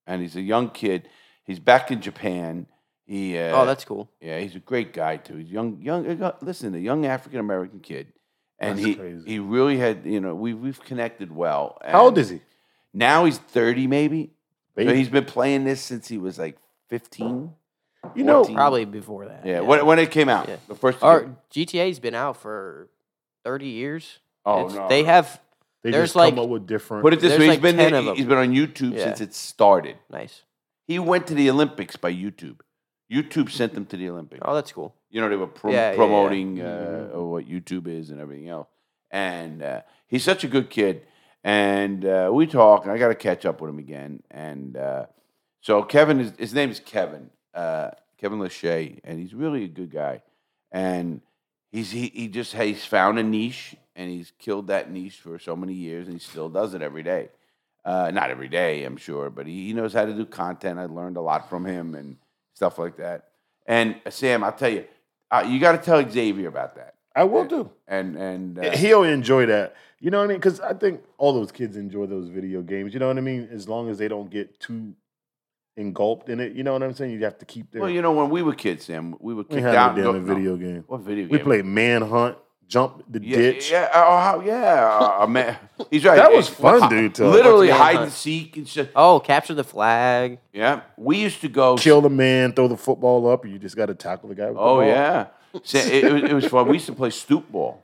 Speaker 1: and he's a young kid. He's back in Japan. He uh,
Speaker 6: Oh, that's cool.
Speaker 1: yeah, he's a great guy too. He's young, young. uh, Listen, a young African American kid, and
Speaker 5: That's
Speaker 1: he
Speaker 5: crazy.
Speaker 1: he really had you know we we've connected well.
Speaker 5: How old
Speaker 1: and
Speaker 5: is he?
Speaker 1: now? He's thirty maybe. So
Speaker 5: Baby.
Speaker 1: he's been playing this since he was like fifteen.
Speaker 5: You know,
Speaker 1: 14.
Speaker 6: Probably before that.
Speaker 1: Yeah, When, when it came out,
Speaker 6: Yeah.
Speaker 1: the first.
Speaker 6: Our GTA's been out for 30 years.
Speaker 1: oh
Speaker 6: It's-
Speaker 1: no,
Speaker 6: They have
Speaker 5: they just
Speaker 6: There's
Speaker 5: come
Speaker 6: like-
Speaker 5: up with different.
Speaker 1: Put it this
Speaker 6: there's
Speaker 1: way:
Speaker 6: like
Speaker 1: he's been
Speaker 6: 10
Speaker 1: there-
Speaker 6: of 'em.
Speaker 1: he's been on YouTube
Speaker 6: Yeah.
Speaker 1: since it started.
Speaker 6: nice.
Speaker 1: He went to the Olympics by YouTube. YouTube
Speaker 6: <laughs>
Speaker 1: sent them to the Olympics.
Speaker 6: Oh, that's cool.
Speaker 1: you know they were pro-
Speaker 6: Yeah, Mm-hmm. yeah, yeah.
Speaker 1: promoting Uh, what YouTube is and everything else. And uh, he's such a good kid, and uh, we talk. And I got to catch up with him again. And uh, so Kevin, is, his name is Kevin, uh, Kevin Lachey, and he's really a good guy. And he's he, he just he's found a niche, and he's killed that niche for so many years, and he still does it every day. Uh, not every day, I'm sure, but he, he knows how to do content. I learned a lot from him and stuff like that. And uh, Sam, I'll tell you, uh, you got to tell Xavier about that.
Speaker 5: I will do.
Speaker 1: And and uh,
Speaker 5: He'll enjoy that. You know what I mean? Because I think all those kids enjoy those video games. You know what I mean? As long as they don't get too engulfed in it. You know what I'm saying? You have to keep their.
Speaker 1: well, you know, when we were kids, Sam, we were
Speaker 5: we
Speaker 1: kicked
Speaker 5: had
Speaker 1: out.
Speaker 5: a
Speaker 1: no,
Speaker 5: damn
Speaker 1: no.
Speaker 5: video game.
Speaker 1: What video game?
Speaker 5: We played manhunt, jump the
Speaker 1: yeah,
Speaker 5: ditch.
Speaker 1: Yeah, oh, how, yeah. uh, man, he's right.
Speaker 5: That was
Speaker 1: It's-
Speaker 5: fun,
Speaker 1: uh,
Speaker 5: dude, to-
Speaker 1: Literally
Speaker 6: What's
Speaker 1: hide
Speaker 6: Manhunt?
Speaker 1: and seek and shit.
Speaker 6: Oh, capture the flag.
Speaker 1: Yeah, we used to go.
Speaker 5: Kill the man, throw the football up, and you just got to tackle the guy. With the
Speaker 1: Oh
Speaker 5: ball.
Speaker 1: yeah, Sa- it, it was, it was fun. We used to play stoop ball.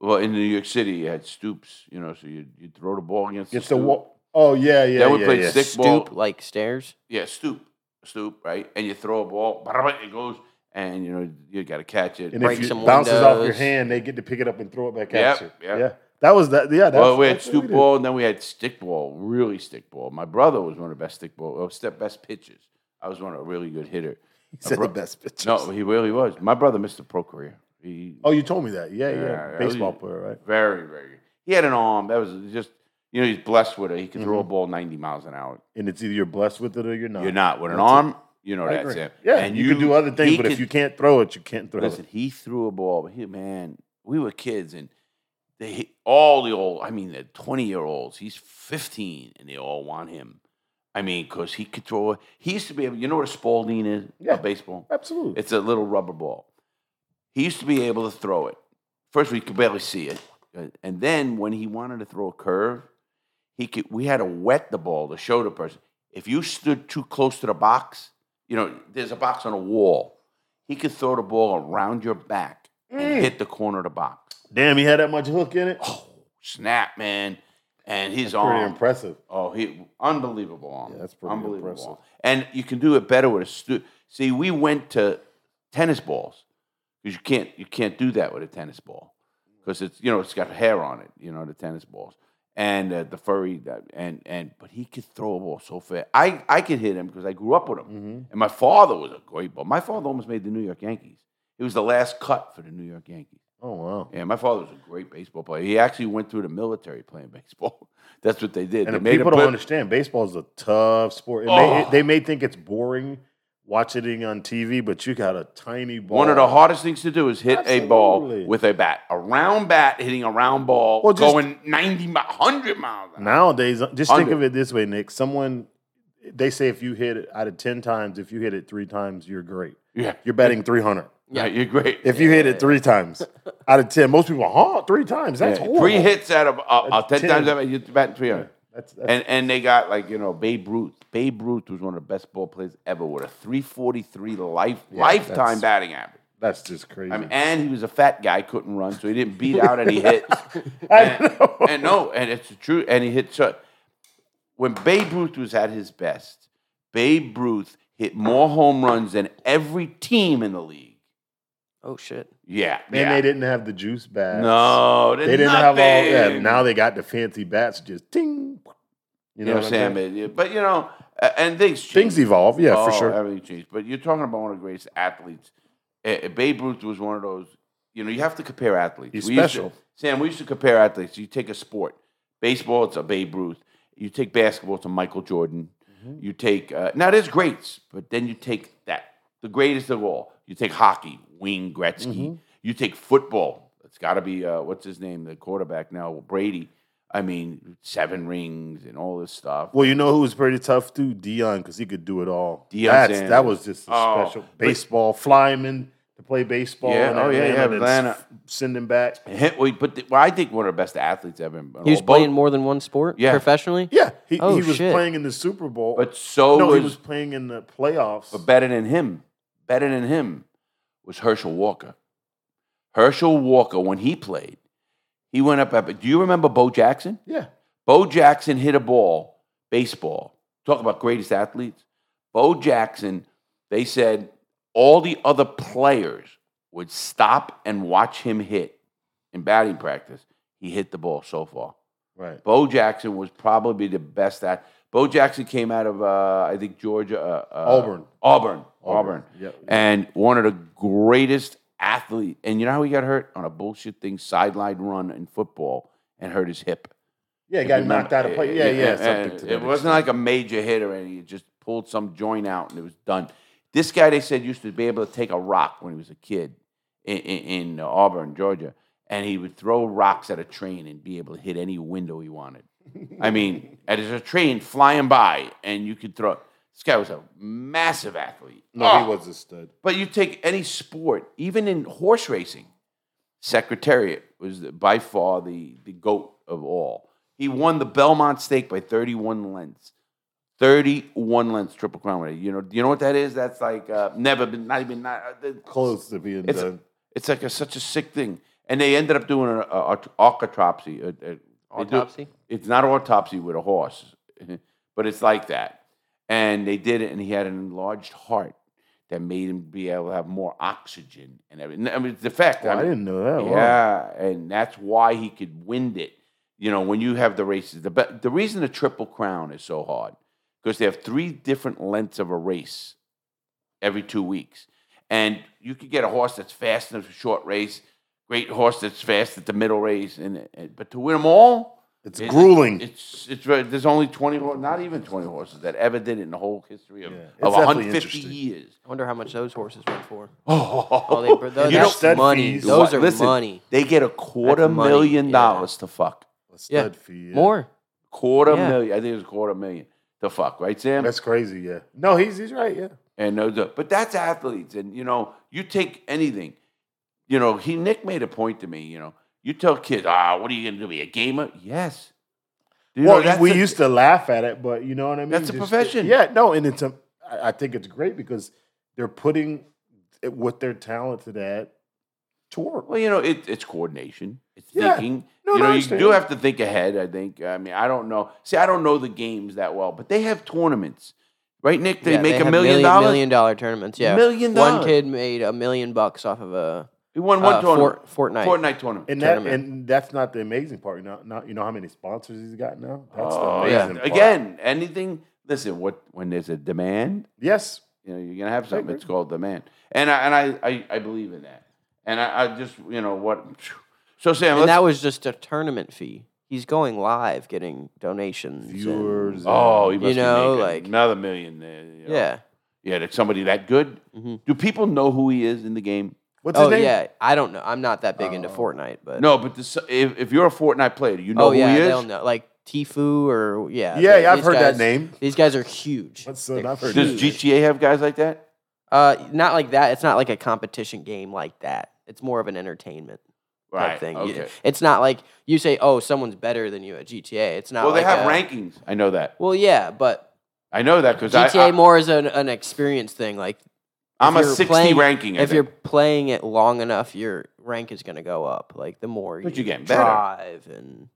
Speaker 1: Well, in New York City, you had stoops. You know, so you you throw the ball against
Speaker 5: It's
Speaker 1: the
Speaker 5: the
Speaker 1: stoop.
Speaker 5: wall. Oh yeah, yeah,
Speaker 1: Then we
Speaker 5: yeah.
Speaker 1: played
Speaker 5: yeah.
Speaker 1: six-
Speaker 6: Stoop
Speaker 1: Well-
Speaker 6: like stairs.
Speaker 1: Yeah, stoop, stoop, right? And you throw a ball, it goes, and you know you got to catch it.
Speaker 5: and
Speaker 6: break
Speaker 5: if you
Speaker 6: some
Speaker 5: bounces off your
Speaker 6: windows.
Speaker 5: hand, they get to pick it up and throw it back
Speaker 1: Yep,
Speaker 5: at you.
Speaker 1: yep.
Speaker 5: Yeah, that was that. Yeah, that
Speaker 1: Well,
Speaker 5: was,
Speaker 1: we had
Speaker 5: that's what
Speaker 1: stoop
Speaker 5: did.
Speaker 1: ball, and then we had stick ball, really stick ball. My brother was one of the best stick ball, or step best pitchers. I was one of a really good hitter.
Speaker 5: He said the best pitch.
Speaker 1: No, he really was. My brother missed a pro career. He
Speaker 5: Oh, you told me that. Yeah, yeah.
Speaker 1: Yeah, yeah,
Speaker 5: Baseball
Speaker 1: we-
Speaker 5: player, right?
Speaker 1: very, very. good. He had an arm that was just, you know, he's blessed with it. He can throw a
Speaker 5: Mm-hmm.
Speaker 1: ball ninety miles an hour.
Speaker 5: And it's either you're blessed with it or you're not.
Speaker 1: You're not with an
Speaker 5: That's it.
Speaker 1: arm. You know
Speaker 5: I
Speaker 1: that's
Speaker 5: agree.
Speaker 1: it.
Speaker 5: Yeah, and you, can do other things,
Speaker 1: he
Speaker 5: but if
Speaker 1: could-
Speaker 5: you can't throw it, you can't throw
Speaker 1: Listen,
Speaker 5: it.
Speaker 1: he threw a ball, but he, man, we were kids and they hit all the old, I mean, the 20 year olds, he's 15 and they all want him. I mean, because he could throw, he used to be able, you know what a Spalding is?
Speaker 5: Yeah.
Speaker 1: A baseball?
Speaker 5: Absolutely.
Speaker 1: It's a little rubber ball. He used to be able to throw it. First, we could barely see it. uh, And then when he wanted to throw a curve, he could, we had to wet the ball to show the person. If you stood too close to the box, you know, there's a box on a wall. He could throw the ball around your back and hit the corner of the box.
Speaker 5: Damn, he had that much hook in it.
Speaker 1: Oh, Snap, man. And his
Speaker 5: Pretty
Speaker 1: arm.
Speaker 5: impressive.
Speaker 1: Oh, he unbelievable arm.
Speaker 5: Yeah, that's pretty
Speaker 1: unbelievable
Speaker 5: impressive.
Speaker 1: arm. And you can do it better with a stu- See, we went to tennis balls because you can't you can't do that with a tennis ball because it's you know it's got hair on it. You know the tennis balls. and uh, the furry that, and and but he could throw a ball so fast. I I could hit him because I grew up with him,
Speaker 5: Mm-hmm.
Speaker 1: and my father was a great ball. My father almost made the New York Yankees. He was the last cut for the New York Yankees.
Speaker 5: Oh wow.
Speaker 1: Yeah, my father was a great baseball player. He actually went through the military playing <laughs> baseball. That's what they did.
Speaker 5: And
Speaker 1: they
Speaker 5: if
Speaker 1: made
Speaker 5: people
Speaker 1: him
Speaker 5: don't
Speaker 1: play-
Speaker 5: understand, baseball is a tough sport. It may,
Speaker 1: Oh.
Speaker 5: it- they may think it's boring watching it on TV, but you got a tiny ball.
Speaker 1: One of the hardest things to do is hit a ball
Speaker 5: Absolutely.
Speaker 1: with a bat. A round bat hitting a round ball
Speaker 5: Well, just-
Speaker 1: going 90, mi- 100 miles an hour.
Speaker 5: Nowadays, just think
Speaker 1: Under.
Speaker 5: of it this way, Nick. Someone, they say if you hit it out of 10 times, if you hit it three times, you're great.
Speaker 1: Yeah.
Speaker 5: You're batting 300.
Speaker 1: Yeah, you're great.
Speaker 5: If you hit it three times out of 10, most people, huh, three times? That's
Speaker 1: Yeah,
Speaker 5: horrible.
Speaker 1: Three hits out of uh, uh, 10
Speaker 5: Ten.
Speaker 1: times, out of- you're batting 300.
Speaker 5: That's, that's
Speaker 1: And, and they got like, you know, Babe Ruth. Babe Ruth was one of the best ball players ever with a 343 life, lifetime
Speaker 5: that's-
Speaker 1: batting average.
Speaker 5: that's just crazy.
Speaker 1: I mean, and he was a fat guy, couldn't run, so he didn't beat out
Speaker 5: <laughs>
Speaker 1: any hits. and, and no, and it's the truth. And he hit so when Babe Ruth was at his best, Babe Ruth hit more home runs than every team in the league.
Speaker 6: Oh shit.
Speaker 1: Yeah,
Speaker 5: and
Speaker 1: yeah.
Speaker 5: they didn't have the juice bats.
Speaker 1: No,
Speaker 5: They didn't have all that. Now they got the fancy bats, just ting.
Speaker 1: you know, what I'm saying? But, But you know, a- and things change.
Speaker 5: Things evolve, yeah, for
Speaker 1: Oh,
Speaker 5: sure.
Speaker 1: Everything changed. But you're talking about one of the greatest athletes. Eh, eh, Babe Ruth was one of those. You know, you have to compare athletes.
Speaker 5: He's
Speaker 1: We used to-
Speaker 5: special.
Speaker 1: Sam, we used to compare athletes. You take a sport, baseball, it's a Babe Ruth. You take basketball, it's a Michael Jordan.
Speaker 5: Mm-hmm.
Speaker 1: You take uh, now there's greats, but then you take that the greatest of all. You take hockey, Wayne Gretzky.
Speaker 5: Mm-hmm.
Speaker 1: You take football. It's got to be uh, what's his name, the quarterback now, Brady. I mean, seven rings and all this stuff.
Speaker 5: Well, you know who was pretty tough too? Dion, because he could do it all.
Speaker 1: Deion
Speaker 5: That's,
Speaker 1: Sanders.
Speaker 5: that was just a
Speaker 1: Oh,
Speaker 5: special
Speaker 1: but-
Speaker 5: baseball flyman to play baseball.
Speaker 1: Yeah,
Speaker 5: in
Speaker 1: oh, yeah, yeah,
Speaker 5: and then
Speaker 1: Atlanta.
Speaker 5: f- Send him back.
Speaker 1: Hit, well, but the, well, I think one of the best athletes ever. in-
Speaker 6: He was
Speaker 1: both-
Speaker 6: playing more than one sport
Speaker 1: Yeah.
Speaker 6: professionally.
Speaker 5: Yeah, he,
Speaker 6: Oh,
Speaker 5: he was
Speaker 6: shit.
Speaker 5: playing in the Super Bowl.
Speaker 1: But so
Speaker 5: no,
Speaker 1: was,
Speaker 5: he was playing in the playoffs.
Speaker 1: but better than him. Better than him was Herschel Walker. Herschel Walker, when he played, he went up. At, do you remember Bo Jackson?
Speaker 5: yeah,
Speaker 1: Bo Jackson hit a ball, baseball. Talk about greatest athletes. Bo Jackson, they said all the other players would stop and watch him hit in batting practice. He hit the ball so far.
Speaker 5: right.
Speaker 1: Bo Jackson was probably the best at. Bo Jackson came out of uh, I think Georgia, uh, uh,
Speaker 5: Auburn.
Speaker 1: Auburn, Auburn,
Speaker 5: Yeah.
Speaker 1: and one of the greatest athlete. And you know how he got hurt on a bullshit thing, sideline run in football, and hurt his hip.
Speaker 5: Yeah, he
Speaker 1: If
Speaker 5: got
Speaker 1: you
Speaker 5: knocked out of
Speaker 1: remember.
Speaker 5: play. Yeah,
Speaker 1: And-
Speaker 5: yeah,
Speaker 1: and-
Speaker 5: something to
Speaker 1: and It
Speaker 5: that
Speaker 1: wasn't like a major hit or anything. It just pulled some joint out and it was done. This guy, they said, used to be able to take a rock when he was a kid in, in, in Auburn, Georgia, and he would throw rocks at a train and be able to hit any window he wanted. I
Speaker 5: <laughs>
Speaker 1: mean, and there's a train flying by and you could throw. This guy was a massive athlete.
Speaker 5: No,
Speaker 1: Oh!
Speaker 5: he was a stud.
Speaker 1: But you take any sport, even in horse racing, Secretariat was the- by far the, the goat of all. He won the Belmont Stake by 31 lengths. 31 lengths triple crown winner. You know, you know what that is? That's like uh, never been, not even, not, uh, the-
Speaker 5: Close to being
Speaker 1: It's-
Speaker 5: done.
Speaker 1: it's like a, such a sick thing. And they ended up doing an autopsy. a- a- they do-
Speaker 6: Autopsy?
Speaker 1: it's not autopsy with a horse, <laughs> but it's like that. And they did it, and he had an enlarged heart that made him be able to have more oxygen and everything. I mean, it's the fact.
Speaker 5: Well,
Speaker 1: I
Speaker 5: I
Speaker 1: mean,
Speaker 5: didn't know that. Oh, Wow.
Speaker 1: yeah, and that's why he could win it. You know, when you have the races, the be- the reason the Triple Crown is so hard because they have three different lengths of a race every two weeks, and you could get a horse that's fast in the short race, great horse that's fast at the middle race, and, and but to win them all,
Speaker 5: it's
Speaker 1: it-
Speaker 5: grueling.
Speaker 1: It's it's very- there's only twenty, hor- not even twenty horses that ever did it in the whole history of,
Speaker 5: Yeah, it's
Speaker 1: of
Speaker 5: definitely
Speaker 1: 150
Speaker 5: interesting.
Speaker 1: years.
Speaker 6: I wonder how much those horses went for.
Speaker 1: <laughs> Oh,
Speaker 6: Oh,
Speaker 1: <laughs>
Speaker 6: they, br- those,
Speaker 5: You know,
Speaker 6: that's
Speaker 5: stud
Speaker 6: money.
Speaker 5: fees.
Speaker 6: Those
Speaker 1: What?
Speaker 6: are
Speaker 1: Listen,
Speaker 6: money.
Speaker 1: They get a quarter
Speaker 6: money,
Speaker 1: million
Speaker 6: yeah.
Speaker 1: dollars to fuck.
Speaker 5: a stud
Speaker 6: yeah.
Speaker 5: fee. yeah.
Speaker 6: More.
Speaker 1: Quarter
Speaker 6: Yeah.
Speaker 1: million. I think it's a quarter million to fuck, right, Sam?
Speaker 5: That's crazy. Yeah. No, he's he's right. Yeah.
Speaker 1: and no, the- but that's athletes, and you know, you take anything. You know, he Nick made a point to me. You know, you tell kids, ah, what are you going to be a gamer? Yes. You know,
Speaker 5: well,
Speaker 1: that's
Speaker 5: we
Speaker 1: a-
Speaker 5: used to laugh at it, but you know what I mean.
Speaker 1: That's a profession.
Speaker 5: Yeah, no, and it's a. I I think it's great because they're putting it- what they're talented at to work.
Speaker 1: Well, you know, it, it's coordination. It's
Speaker 5: Yeah.
Speaker 1: thinking.
Speaker 5: No,
Speaker 1: you
Speaker 5: no,
Speaker 1: know,
Speaker 5: I
Speaker 1: you
Speaker 5: understand.
Speaker 1: do have to think ahead. I think. I mean, I don't know. See, I don't know the games that well, but they have tournaments, right, Nick? They
Speaker 6: Yeah,
Speaker 1: make a
Speaker 6: have
Speaker 1: million dollars.
Speaker 6: Million dollar tournaments. Yeah.
Speaker 1: Million
Speaker 6: One
Speaker 1: dollars.
Speaker 6: kid made a million bucks off of a
Speaker 1: He won one
Speaker 6: Uh,
Speaker 1: tournament.
Speaker 6: Fort- Fortnite.
Speaker 1: Fortnite tournament.
Speaker 5: And that
Speaker 6: Tournament.
Speaker 5: and that's not the amazing part. You know, not, you know how many sponsors he's got now. That's the
Speaker 1: Oh,
Speaker 5: amazing
Speaker 1: yeah.
Speaker 5: part.
Speaker 1: Again, anything. Listen, what when there's a demand,
Speaker 5: Yes.
Speaker 1: you know, you're gonna have something. It's called demand, and I and I I, I believe in that. And I, I just you know what. So Sam,
Speaker 6: And
Speaker 1: let's,
Speaker 6: that was just a tournament fee. He's going live, getting donations. and-
Speaker 5: Viewers. and-
Speaker 1: oh, he must be
Speaker 6: know,
Speaker 1: making
Speaker 6: like-
Speaker 1: another million there. you know.
Speaker 6: yeah.
Speaker 1: yeah, that somebody that good.
Speaker 6: Mhm.
Speaker 1: Do people know who he is in the game?
Speaker 5: What's
Speaker 6: Oh
Speaker 5: his name? Oh.
Speaker 6: yeah. I don't know. I'm not that big into Fortnite, but
Speaker 1: No, but this, if, if you're a Fortnite player, do you know
Speaker 6: oh
Speaker 1: who
Speaker 6: yeah,
Speaker 1: he is?
Speaker 6: they'll know. Like Tifu or yeah.
Speaker 5: Yeah,
Speaker 6: th-
Speaker 5: yeah, I've
Speaker 6: these
Speaker 5: heard that
Speaker 6: guys-
Speaker 5: name.
Speaker 6: These guys are huge.
Speaker 5: What's the-
Speaker 6: They're
Speaker 5: I've heard
Speaker 1: Does
Speaker 5: Dude.
Speaker 1: GTA have guys like that?
Speaker 6: Uh, not like that. It's not like a competition game like that. It's more of an entertainment type
Speaker 1: Right.
Speaker 6: thing. You-
Speaker 1: Okay.
Speaker 6: It's not like you say, "Oh, someone's better than you at GTA." It's not.
Speaker 1: Well, they
Speaker 6: like
Speaker 1: have
Speaker 6: a-
Speaker 1: rankings. I know that.
Speaker 6: Well, yeah, but
Speaker 1: I know that because
Speaker 6: GTA
Speaker 1: I, I,
Speaker 6: more is an, an experience thing. Like
Speaker 1: I'm
Speaker 6: if
Speaker 1: a
Speaker 6: you're
Speaker 1: 60
Speaker 6: playing-
Speaker 1: ranking. I
Speaker 6: If you're
Speaker 1: think.
Speaker 6: playing it long enough, your rank is going to go up. Like the more
Speaker 1: But you're getting better.
Speaker 6: drive and,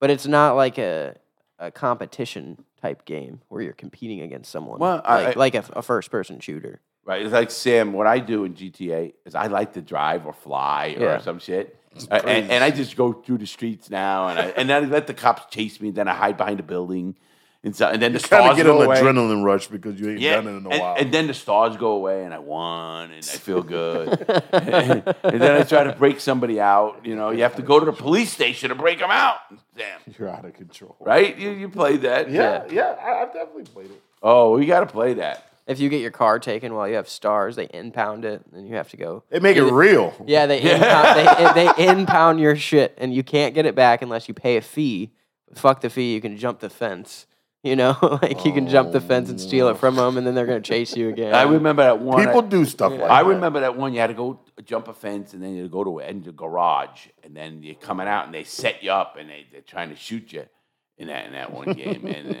Speaker 6: but it's not like a a competition type game where you're competing against someone.
Speaker 1: Well,
Speaker 6: like
Speaker 1: I- I-
Speaker 6: like a, f- a first person shooter.
Speaker 1: Right. It's like Sam, what I do in GTA is I like to drive or fly or
Speaker 6: Yeah.
Speaker 1: some shit. Uh, and, and I just go through the streets now and I and then I let the cops chase me, then I hide behind a building and so and then the
Speaker 5: Kind of
Speaker 1: stars
Speaker 5: get
Speaker 1: go
Speaker 5: an
Speaker 1: away.
Speaker 5: adrenaline rush because you ain't
Speaker 1: Yeah.
Speaker 5: done it in a
Speaker 1: and,
Speaker 5: while.
Speaker 1: and then the stars go away and I won and I feel
Speaker 5: <laughs>
Speaker 1: good. and, then I try to break somebody out. You know, you have to go to the police station to break them out. Sam.
Speaker 5: You're out of control.
Speaker 1: Right? You you played that.
Speaker 5: Yeah, yeah, I, I've definitely played it.
Speaker 1: Oh, we gotta play that.
Speaker 6: If you get your car taken while you have stars, they impound it, and you have to go.
Speaker 5: They make it real.
Speaker 1: <laughs>
Speaker 6: Yeah, they impound, they, they impound your shit, and you can't get it back unless you pay a fee. Fuck the fee, you can jump the fence. You know, <laughs> like you can jump the fence and steal it from them, and then they're gonna chase you again.
Speaker 1: I remember that one
Speaker 5: People do stuff like
Speaker 1: I
Speaker 5: that.
Speaker 1: remember that one. You had to go jump a fence, and then you go to end the garage, and then you're coming out, and they set you up, and they, they're trying to shoot you in that in that one game. And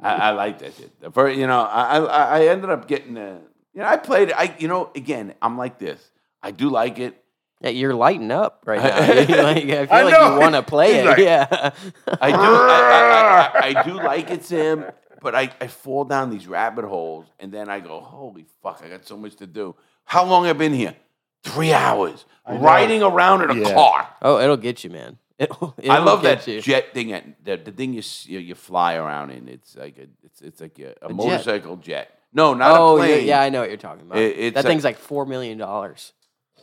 Speaker 1: uh, I, I like that shit. The first, you know, I I, I ended up getting the. You know, I played. it. I you know, again, I'm like this. I do like it.
Speaker 6: Yeah, you're lighting up right now. <laughs>
Speaker 1: <laughs>
Speaker 6: You're like, I feel
Speaker 5: I
Speaker 6: like
Speaker 5: know.
Speaker 6: you want to play
Speaker 5: He's
Speaker 6: it.
Speaker 5: like-
Speaker 6: yeah.
Speaker 1: I do. I, I- I- I do like it, Sam. But I, I fall down these rabbit holes, and then I go, holy fuck, I got so much to do. How long have I been here? Three hours riding around in a
Speaker 5: Yeah.
Speaker 1: car.
Speaker 6: <laughs> oh, it'll get you, man. <laughs> It'll, it'll
Speaker 1: I love
Speaker 6: get
Speaker 1: that
Speaker 6: you.
Speaker 1: jet thing. At, the, the thing you, s- you you fly around in. It's like a it's it's like a, a, motorcycle jet. No, not
Speaker 6: oh,
Speaker 1: a
Speaker 6: yeah,
Speaker 1: plane.
Speaker 6: yeah, I know what you're talking about.
Speaker 1: It- it's
Speaker 6: that
Speaker 1: a-
Speaker 6: thing's like $4 million.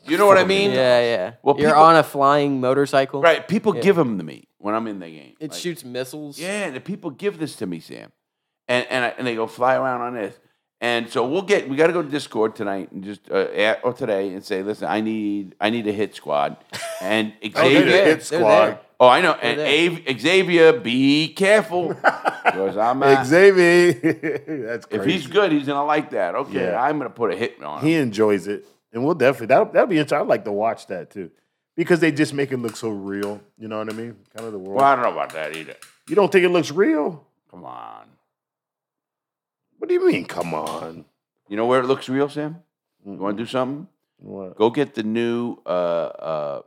Speaker 6: Yeah,
Speaker 1: you know what I mean.
Speaker 6: yeah.
Speaker 1: Well,
Speaker 6: you're
Speaker 1: people-
Speaker 6: on a flying motorcycle.
Speaker 1: Right. People give 'em give them to me when I'm in the game.
Speaker 6: It
Speaker 1: Like,
Speaker 6: shoots missiles.
Speaker 1: Yeah, the people give this to me, Sam, and and I, and they go fly around on this. And so we'll get we got to go to Discord tonight and just uh, at- or today and say, listen, I need I need a hit squad,
Speaker 6: <laughs>
Speaker 1: and
Speaker 6: Oh,
Speaker 5: They
Speaker 1: Xavier.
Speaker 5: did
Speaker 6: there,
Speaker 5: Oh, hit
Speaker 6: they're
Speaker 5: squad.
Speaker 6: there.
Speaker 1: Oh, I know. And
Speaker 6: there.
Speaker 1: Av- Xavier, be
Speaker 6: <laughs>
Speaker 1: careful. Because I'm out.
Speaker 5: Xavier, <laughs> that's
Speaker 1: If
Speaker 5: crazy.
Speaker 1: he's good, he's gonna like that. Okay,
Speaker 5: Yeah.
Speaker 1: I'm gonna put a hit on.
Speaker 5: he
Speaker 1: Him.
Speaker 5: enjoys it, and we'll definitely that'll, that'll be interesting. I'd like to watch that too, because they just make it look so real. You know what I mean? Kind of the world.
Speaker 1: Well, I don't know about that either.
Speaker 5: You don't think it looks real?
Speaker 1: Come on.
Speaker 5: What do you mean? Come on.
Speaker 1: You know where it looks real, Sam? You want to do something?
Speaker 5: Mm. What?
Speaker 1: Go get the new uh, uh,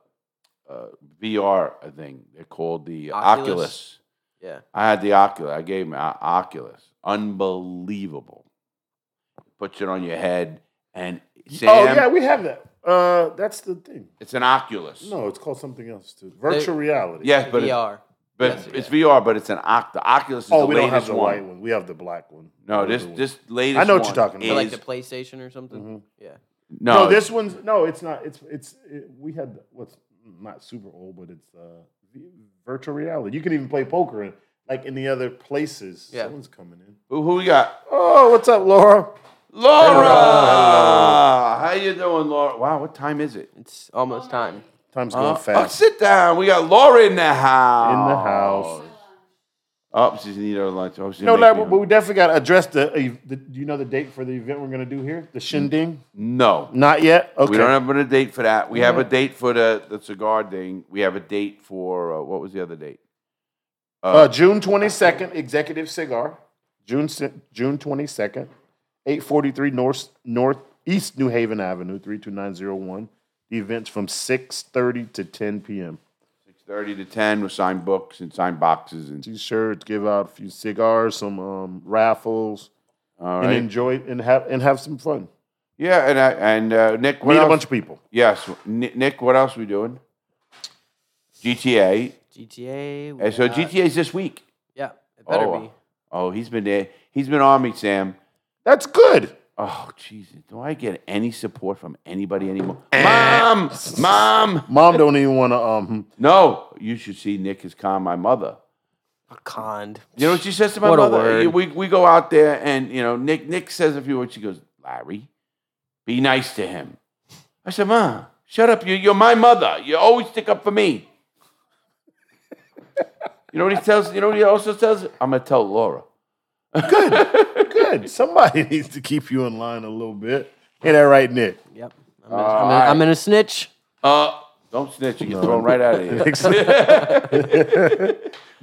Speaker 1: uh, VR thing. They're called the Oculus.
Speaker 6: Oculus? Yeah.
Speaker 1: I had the Oculus. I gave him o- Oculus. Unbelievable. Puts it on your head, and Sam,
Speaker 5: Oh yeah, we have that. Uh, that's the thing.
Speaker 1: it's an Oculus.
Speaker 5: No, it's called something else too. Virtual reality.
Speaker 1: Yes, but it-
Speaker 6: VR.
Speaker 1: but
Speaker 6: Yes,
Speaker 1: it's VR, but it's an Oct. The Oculus is
Speaker 5: Oh,
Speaker 1: the
Speaker 5: we don't
Speaker 1: latest
Speaker 5: have the
Speaker 1: one.
Speaker 5: white one. We have the black one.
Speaker 1: No,
Speaker 5: The
Speaker 1: this
Speaker 5: other one.
Speaker 1: this latest.
Speaker 5: I know what
Speaker 1: one
Speaker 5: you're talking
Speaker 6: Or
Speaker 5: about.
Speaker 6: like
Speaker 1: is- Mm-hmm.
Speaker 6: the PlayStation or something. Yeah.
Speaker 5: No, this one's no. It's not. It's it's. It, we had what's not super old, but it's uh, vi- virtual reality. You can even play poker in like in the other places.
Speaker 6: Yeah.
Speaker 5: Someone's coming in.
Speaker 1: Who, who we got?
Speaker 5: Oh, what's up, Laura?
Speaker 1: Laura, how you doing, Laura? Wow, what time is it?
Speaker 6: It's almost time.
Speaker 5: Time's going
Speaker 1: Oh,
Speaker 5: fast.
Speaker 1: sit down. We got Laura in the house.
Speaker 5: in the house.
Speaker 1: Oh, she's in her lunch. Oh, she's
Speaker 5: No,
Speaker 1: gonna
Speaker 5: no,
Speaker 1: make me
Speaker 5: but but we definitely got to address the, uh, the. Do you know the date for the event we're going to do here? The shindig?
Speaker 1: hungry. no.
Speaker 5: Not yet. Okay.
Speaker 1: We don't have a date for that. We have a date for the, the cigar thing. We have a date for uh, what was the other date?
Speaker 5: Uh, June twenty second, Executive Cigar. June si- June twenty second, eight forty three North North East New Haven Avenue, three two nine zero one. The events from six thirty to ten p.m.
Speaker 1: Six thirty to ten. We sign books and sign boxes and
Speaker 5: T-shirts, give out a few cigars, some um, raffles,
Speaker 1: all
Speaker 5: and
Speaker 1: right.
Speaker 5: enjoy and have and have some fun.
Speaker 1: Yeah, and I, and uh, Nick, what
Speaker 5: Meet
Speaker 1: else?
Speaker 5: a bunch of people.
Speaker 1: yes, Ni- Nick, what else we doing? GTA.
Speaker 6: GTA. we
Speaker 1: And so
Speaker 6: got-
Speaker 1: GTA's this week.
Speaker 6: Yeah, it better
Speaker 1: oh,
Speaker 6: be.
Speaker 1: oh, he's been there. He's been on me, Sam.
Speaker 5: That's good.
Speaker 1: Oh, Jesus. Do I get any support from anybody anymore?
Speaker 6: Eh.
Speaker 1: Mom! Mom!
Speaker 5: Mom don't even want to. Um,
Speaker 1: No, you should see Nick has calmed my mother.
Speaker 6: Conned.
Speaker 1: You know what she says to my
Speaker 6: What a
Speaker 1: mother?
Speaker 6: word.
Speaker 1: We, we go out there and, you know, Nick Nick says a few words. She goes, Larry, be nice to him. I said, Ma, shut up. You, you're my mother. You always stick up for me. you know what he tells? You know what he also tells? I'm going to tell Laura.
Speaker 5: good. Somebody <laughs> needs to keep you in line a little bit. Ain't that right, Nick?
Speaker 6: Yep. I'm gonna, I'm, gonna, I'm gonna snitch.
Speaker 1: Uh, don't snitch. You get thrown right out of here.
Speaker 5: <laughs> Nick's-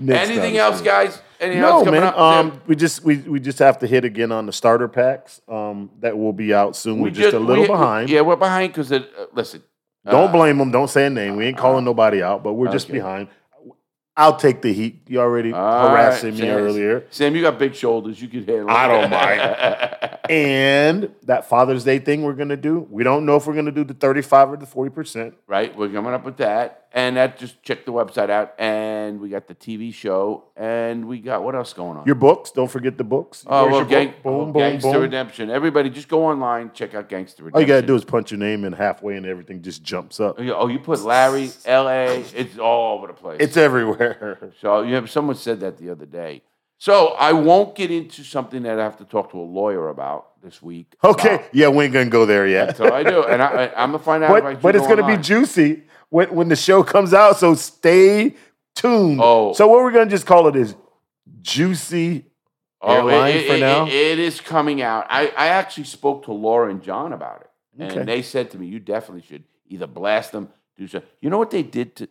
Speaker 5: Nick's
Speaker 1: Anything
Speaker 5: not-
Speaker 1: else, guys? Anything else
Speaker 5: No,
Speaker 1: coming
Speaker 5: man.
Speaker 1: up? Sam?
Speaker 5: um, we just we, we just have to hit again on the starter packs. Um, that will be out soon. We're just, a little
Speaker 1: we-
Speaker 5: behind.
Speaker 1: Yeah, we're behind because uh, listen,
Speaker 5: Don't blame them. Don't say a name. We ain't calling nobody out, but we're just
Speaker 1: uh, okay.
Speaker 5: behind. I'll take the heat. You already
Speaker 1: All
Speaker 5: harassing
Speaker 1: right,
Speaker 5: me
Speaker 1: Sam.
Speaker 5: earlier.
Speaker 1: Sam, you got big shoulders. You could handle.
Speaker 5: I
Speaker 1: it. <laughs>
Speaker 5: don't mind. and that Father's Day thing we're gonna do. We don't know if we're gonna do the thirty-five or the forty percent.
Speaker 1: right, we're coming up with that, and that just check the website out, and we got the TV show, and we got what else going on?
Speaker 5: Your books. Don't forget the books.
Speaker 1: oh,
Speaker 5: Where's
Speaker 1: well,
Speaker 5: your
Speaker 1: gang,
Speaker 5: book? boom,
Speaker 1: oh,
Speaker 5: boom,
Speaker 1: Gangster
Speaker 5: boom.
Speaker 1: Redemption. Everybody, just go online, check out Gangster Redemption.
Speaker 5: All you gotta do is punch your name in halfway, and everything just jumps up.
Speaker 1: Oh, you- Oh, you put Larry, L.A. It's all over the place.
Speaker 5: It's everywhere.
Speaker 1: So you have someone said that the other day. So I won't get into something that I have to talk to a lawyer about this week.
Speaker 5: Okay.
Speaker 1: about-
Speaker 5: Yeah, we ain't gonna go there yet.
Speaker 1: So I do, and I, I, I'm gonna find out. if I
Speaker 5: but but
Speaker 1: do
Speaker 5: it's gonna
Speaker 1: online.
Speaker 5: be juicy when when the show comes out. So stay tuned.
Speaker 1: Oh.
Speaker 5: So what we're gonna just call it is juicy. airline for now?
Speaker 1: Oh, it- it is coming out. I, I actually spoke to Laura and John about it, and
Speaker 5: Okay.
Speaker 1: they said to me, "You definitely should either blast them, do so." You know what they did to?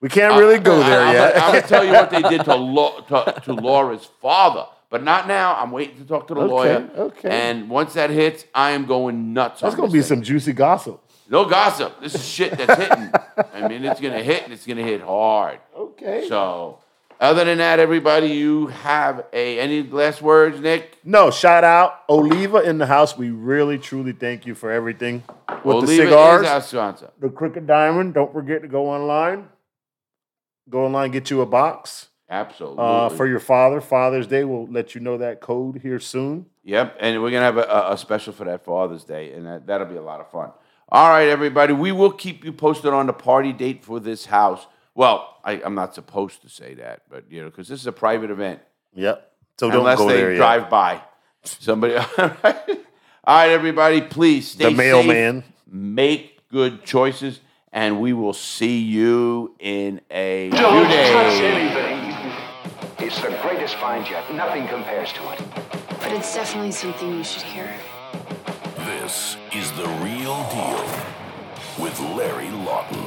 Speaker 5: We can't really go there
Speaker 1: I,
Speaker 5: yet. <laughs>
Speaker 1: am gonna tell you what they did to, Lau- to, to Laura's father, but not now. I'm waiting to talk to the
Speaker 5: Okay,
Speaker 1: lawyer.
Speaker 5: okay.
Speaker 1: And once that hits, I am going nuts.
Speaker 5: That's
Speaker 1: on
Speaker 5: gonna
Speaker 1: this
Speaker 5: be
Speaker 1: thing.
Speaker 5: some juicy gossip.
Speaker 1: No gossip. This is shit that's hitting. I mean, it's gonna hit and it's gonna hit hard.
Speaker 5: Okay.
Speaker 1: So, other than that, everybody, you have a any last words, Nick?
Speaker 5: No, shout out Oliva in the house. We really truly thank you for everything with
Speaker 1: Oliva
Speaker 5: the
Speaker 1: is
Speaker 5: cigars,
Speaker 1: our sponsor.
Speaker 5: the Crooked Diamond. Don't forget to go online. Go online, get you a box
Speaker 1: Absolutely.
Speaker 5: uh, for your father. Father's Day. We'll let you know that code here soon.
Speaker 1: yep, and we're gonna have a, a, a special for that Father's Day, and that, that'll be a lot of fun. All right, everybody, we will keep you posted on the party date for this house. Well, I, I'm not supposed to say that, but you know, because this is a private event.
Speaker 5: Yep. So
Speaker 1: unless
Speaker 5: don't go
Speaker 1: they
Speaker 5: there
Speaker 1: drive
Speaker 5: yet.
Speaker 1: by. Somebody. <laughs> All right. All right, everybody. Please stay
Speaker 5: The
Speaker 1: safe,
Speaker 5: mailman.
Speaker 1: Make good choices, and we will see you in a few
Speaker 2: Don't touch
Speaker 1: days.
Speaker 2: anything. It's the greatest find yet. Nothing compares to it.
Speaker 3: But it's definitely something you should hear.
Speaker 4: This is The Real Deal with Larry Lawton.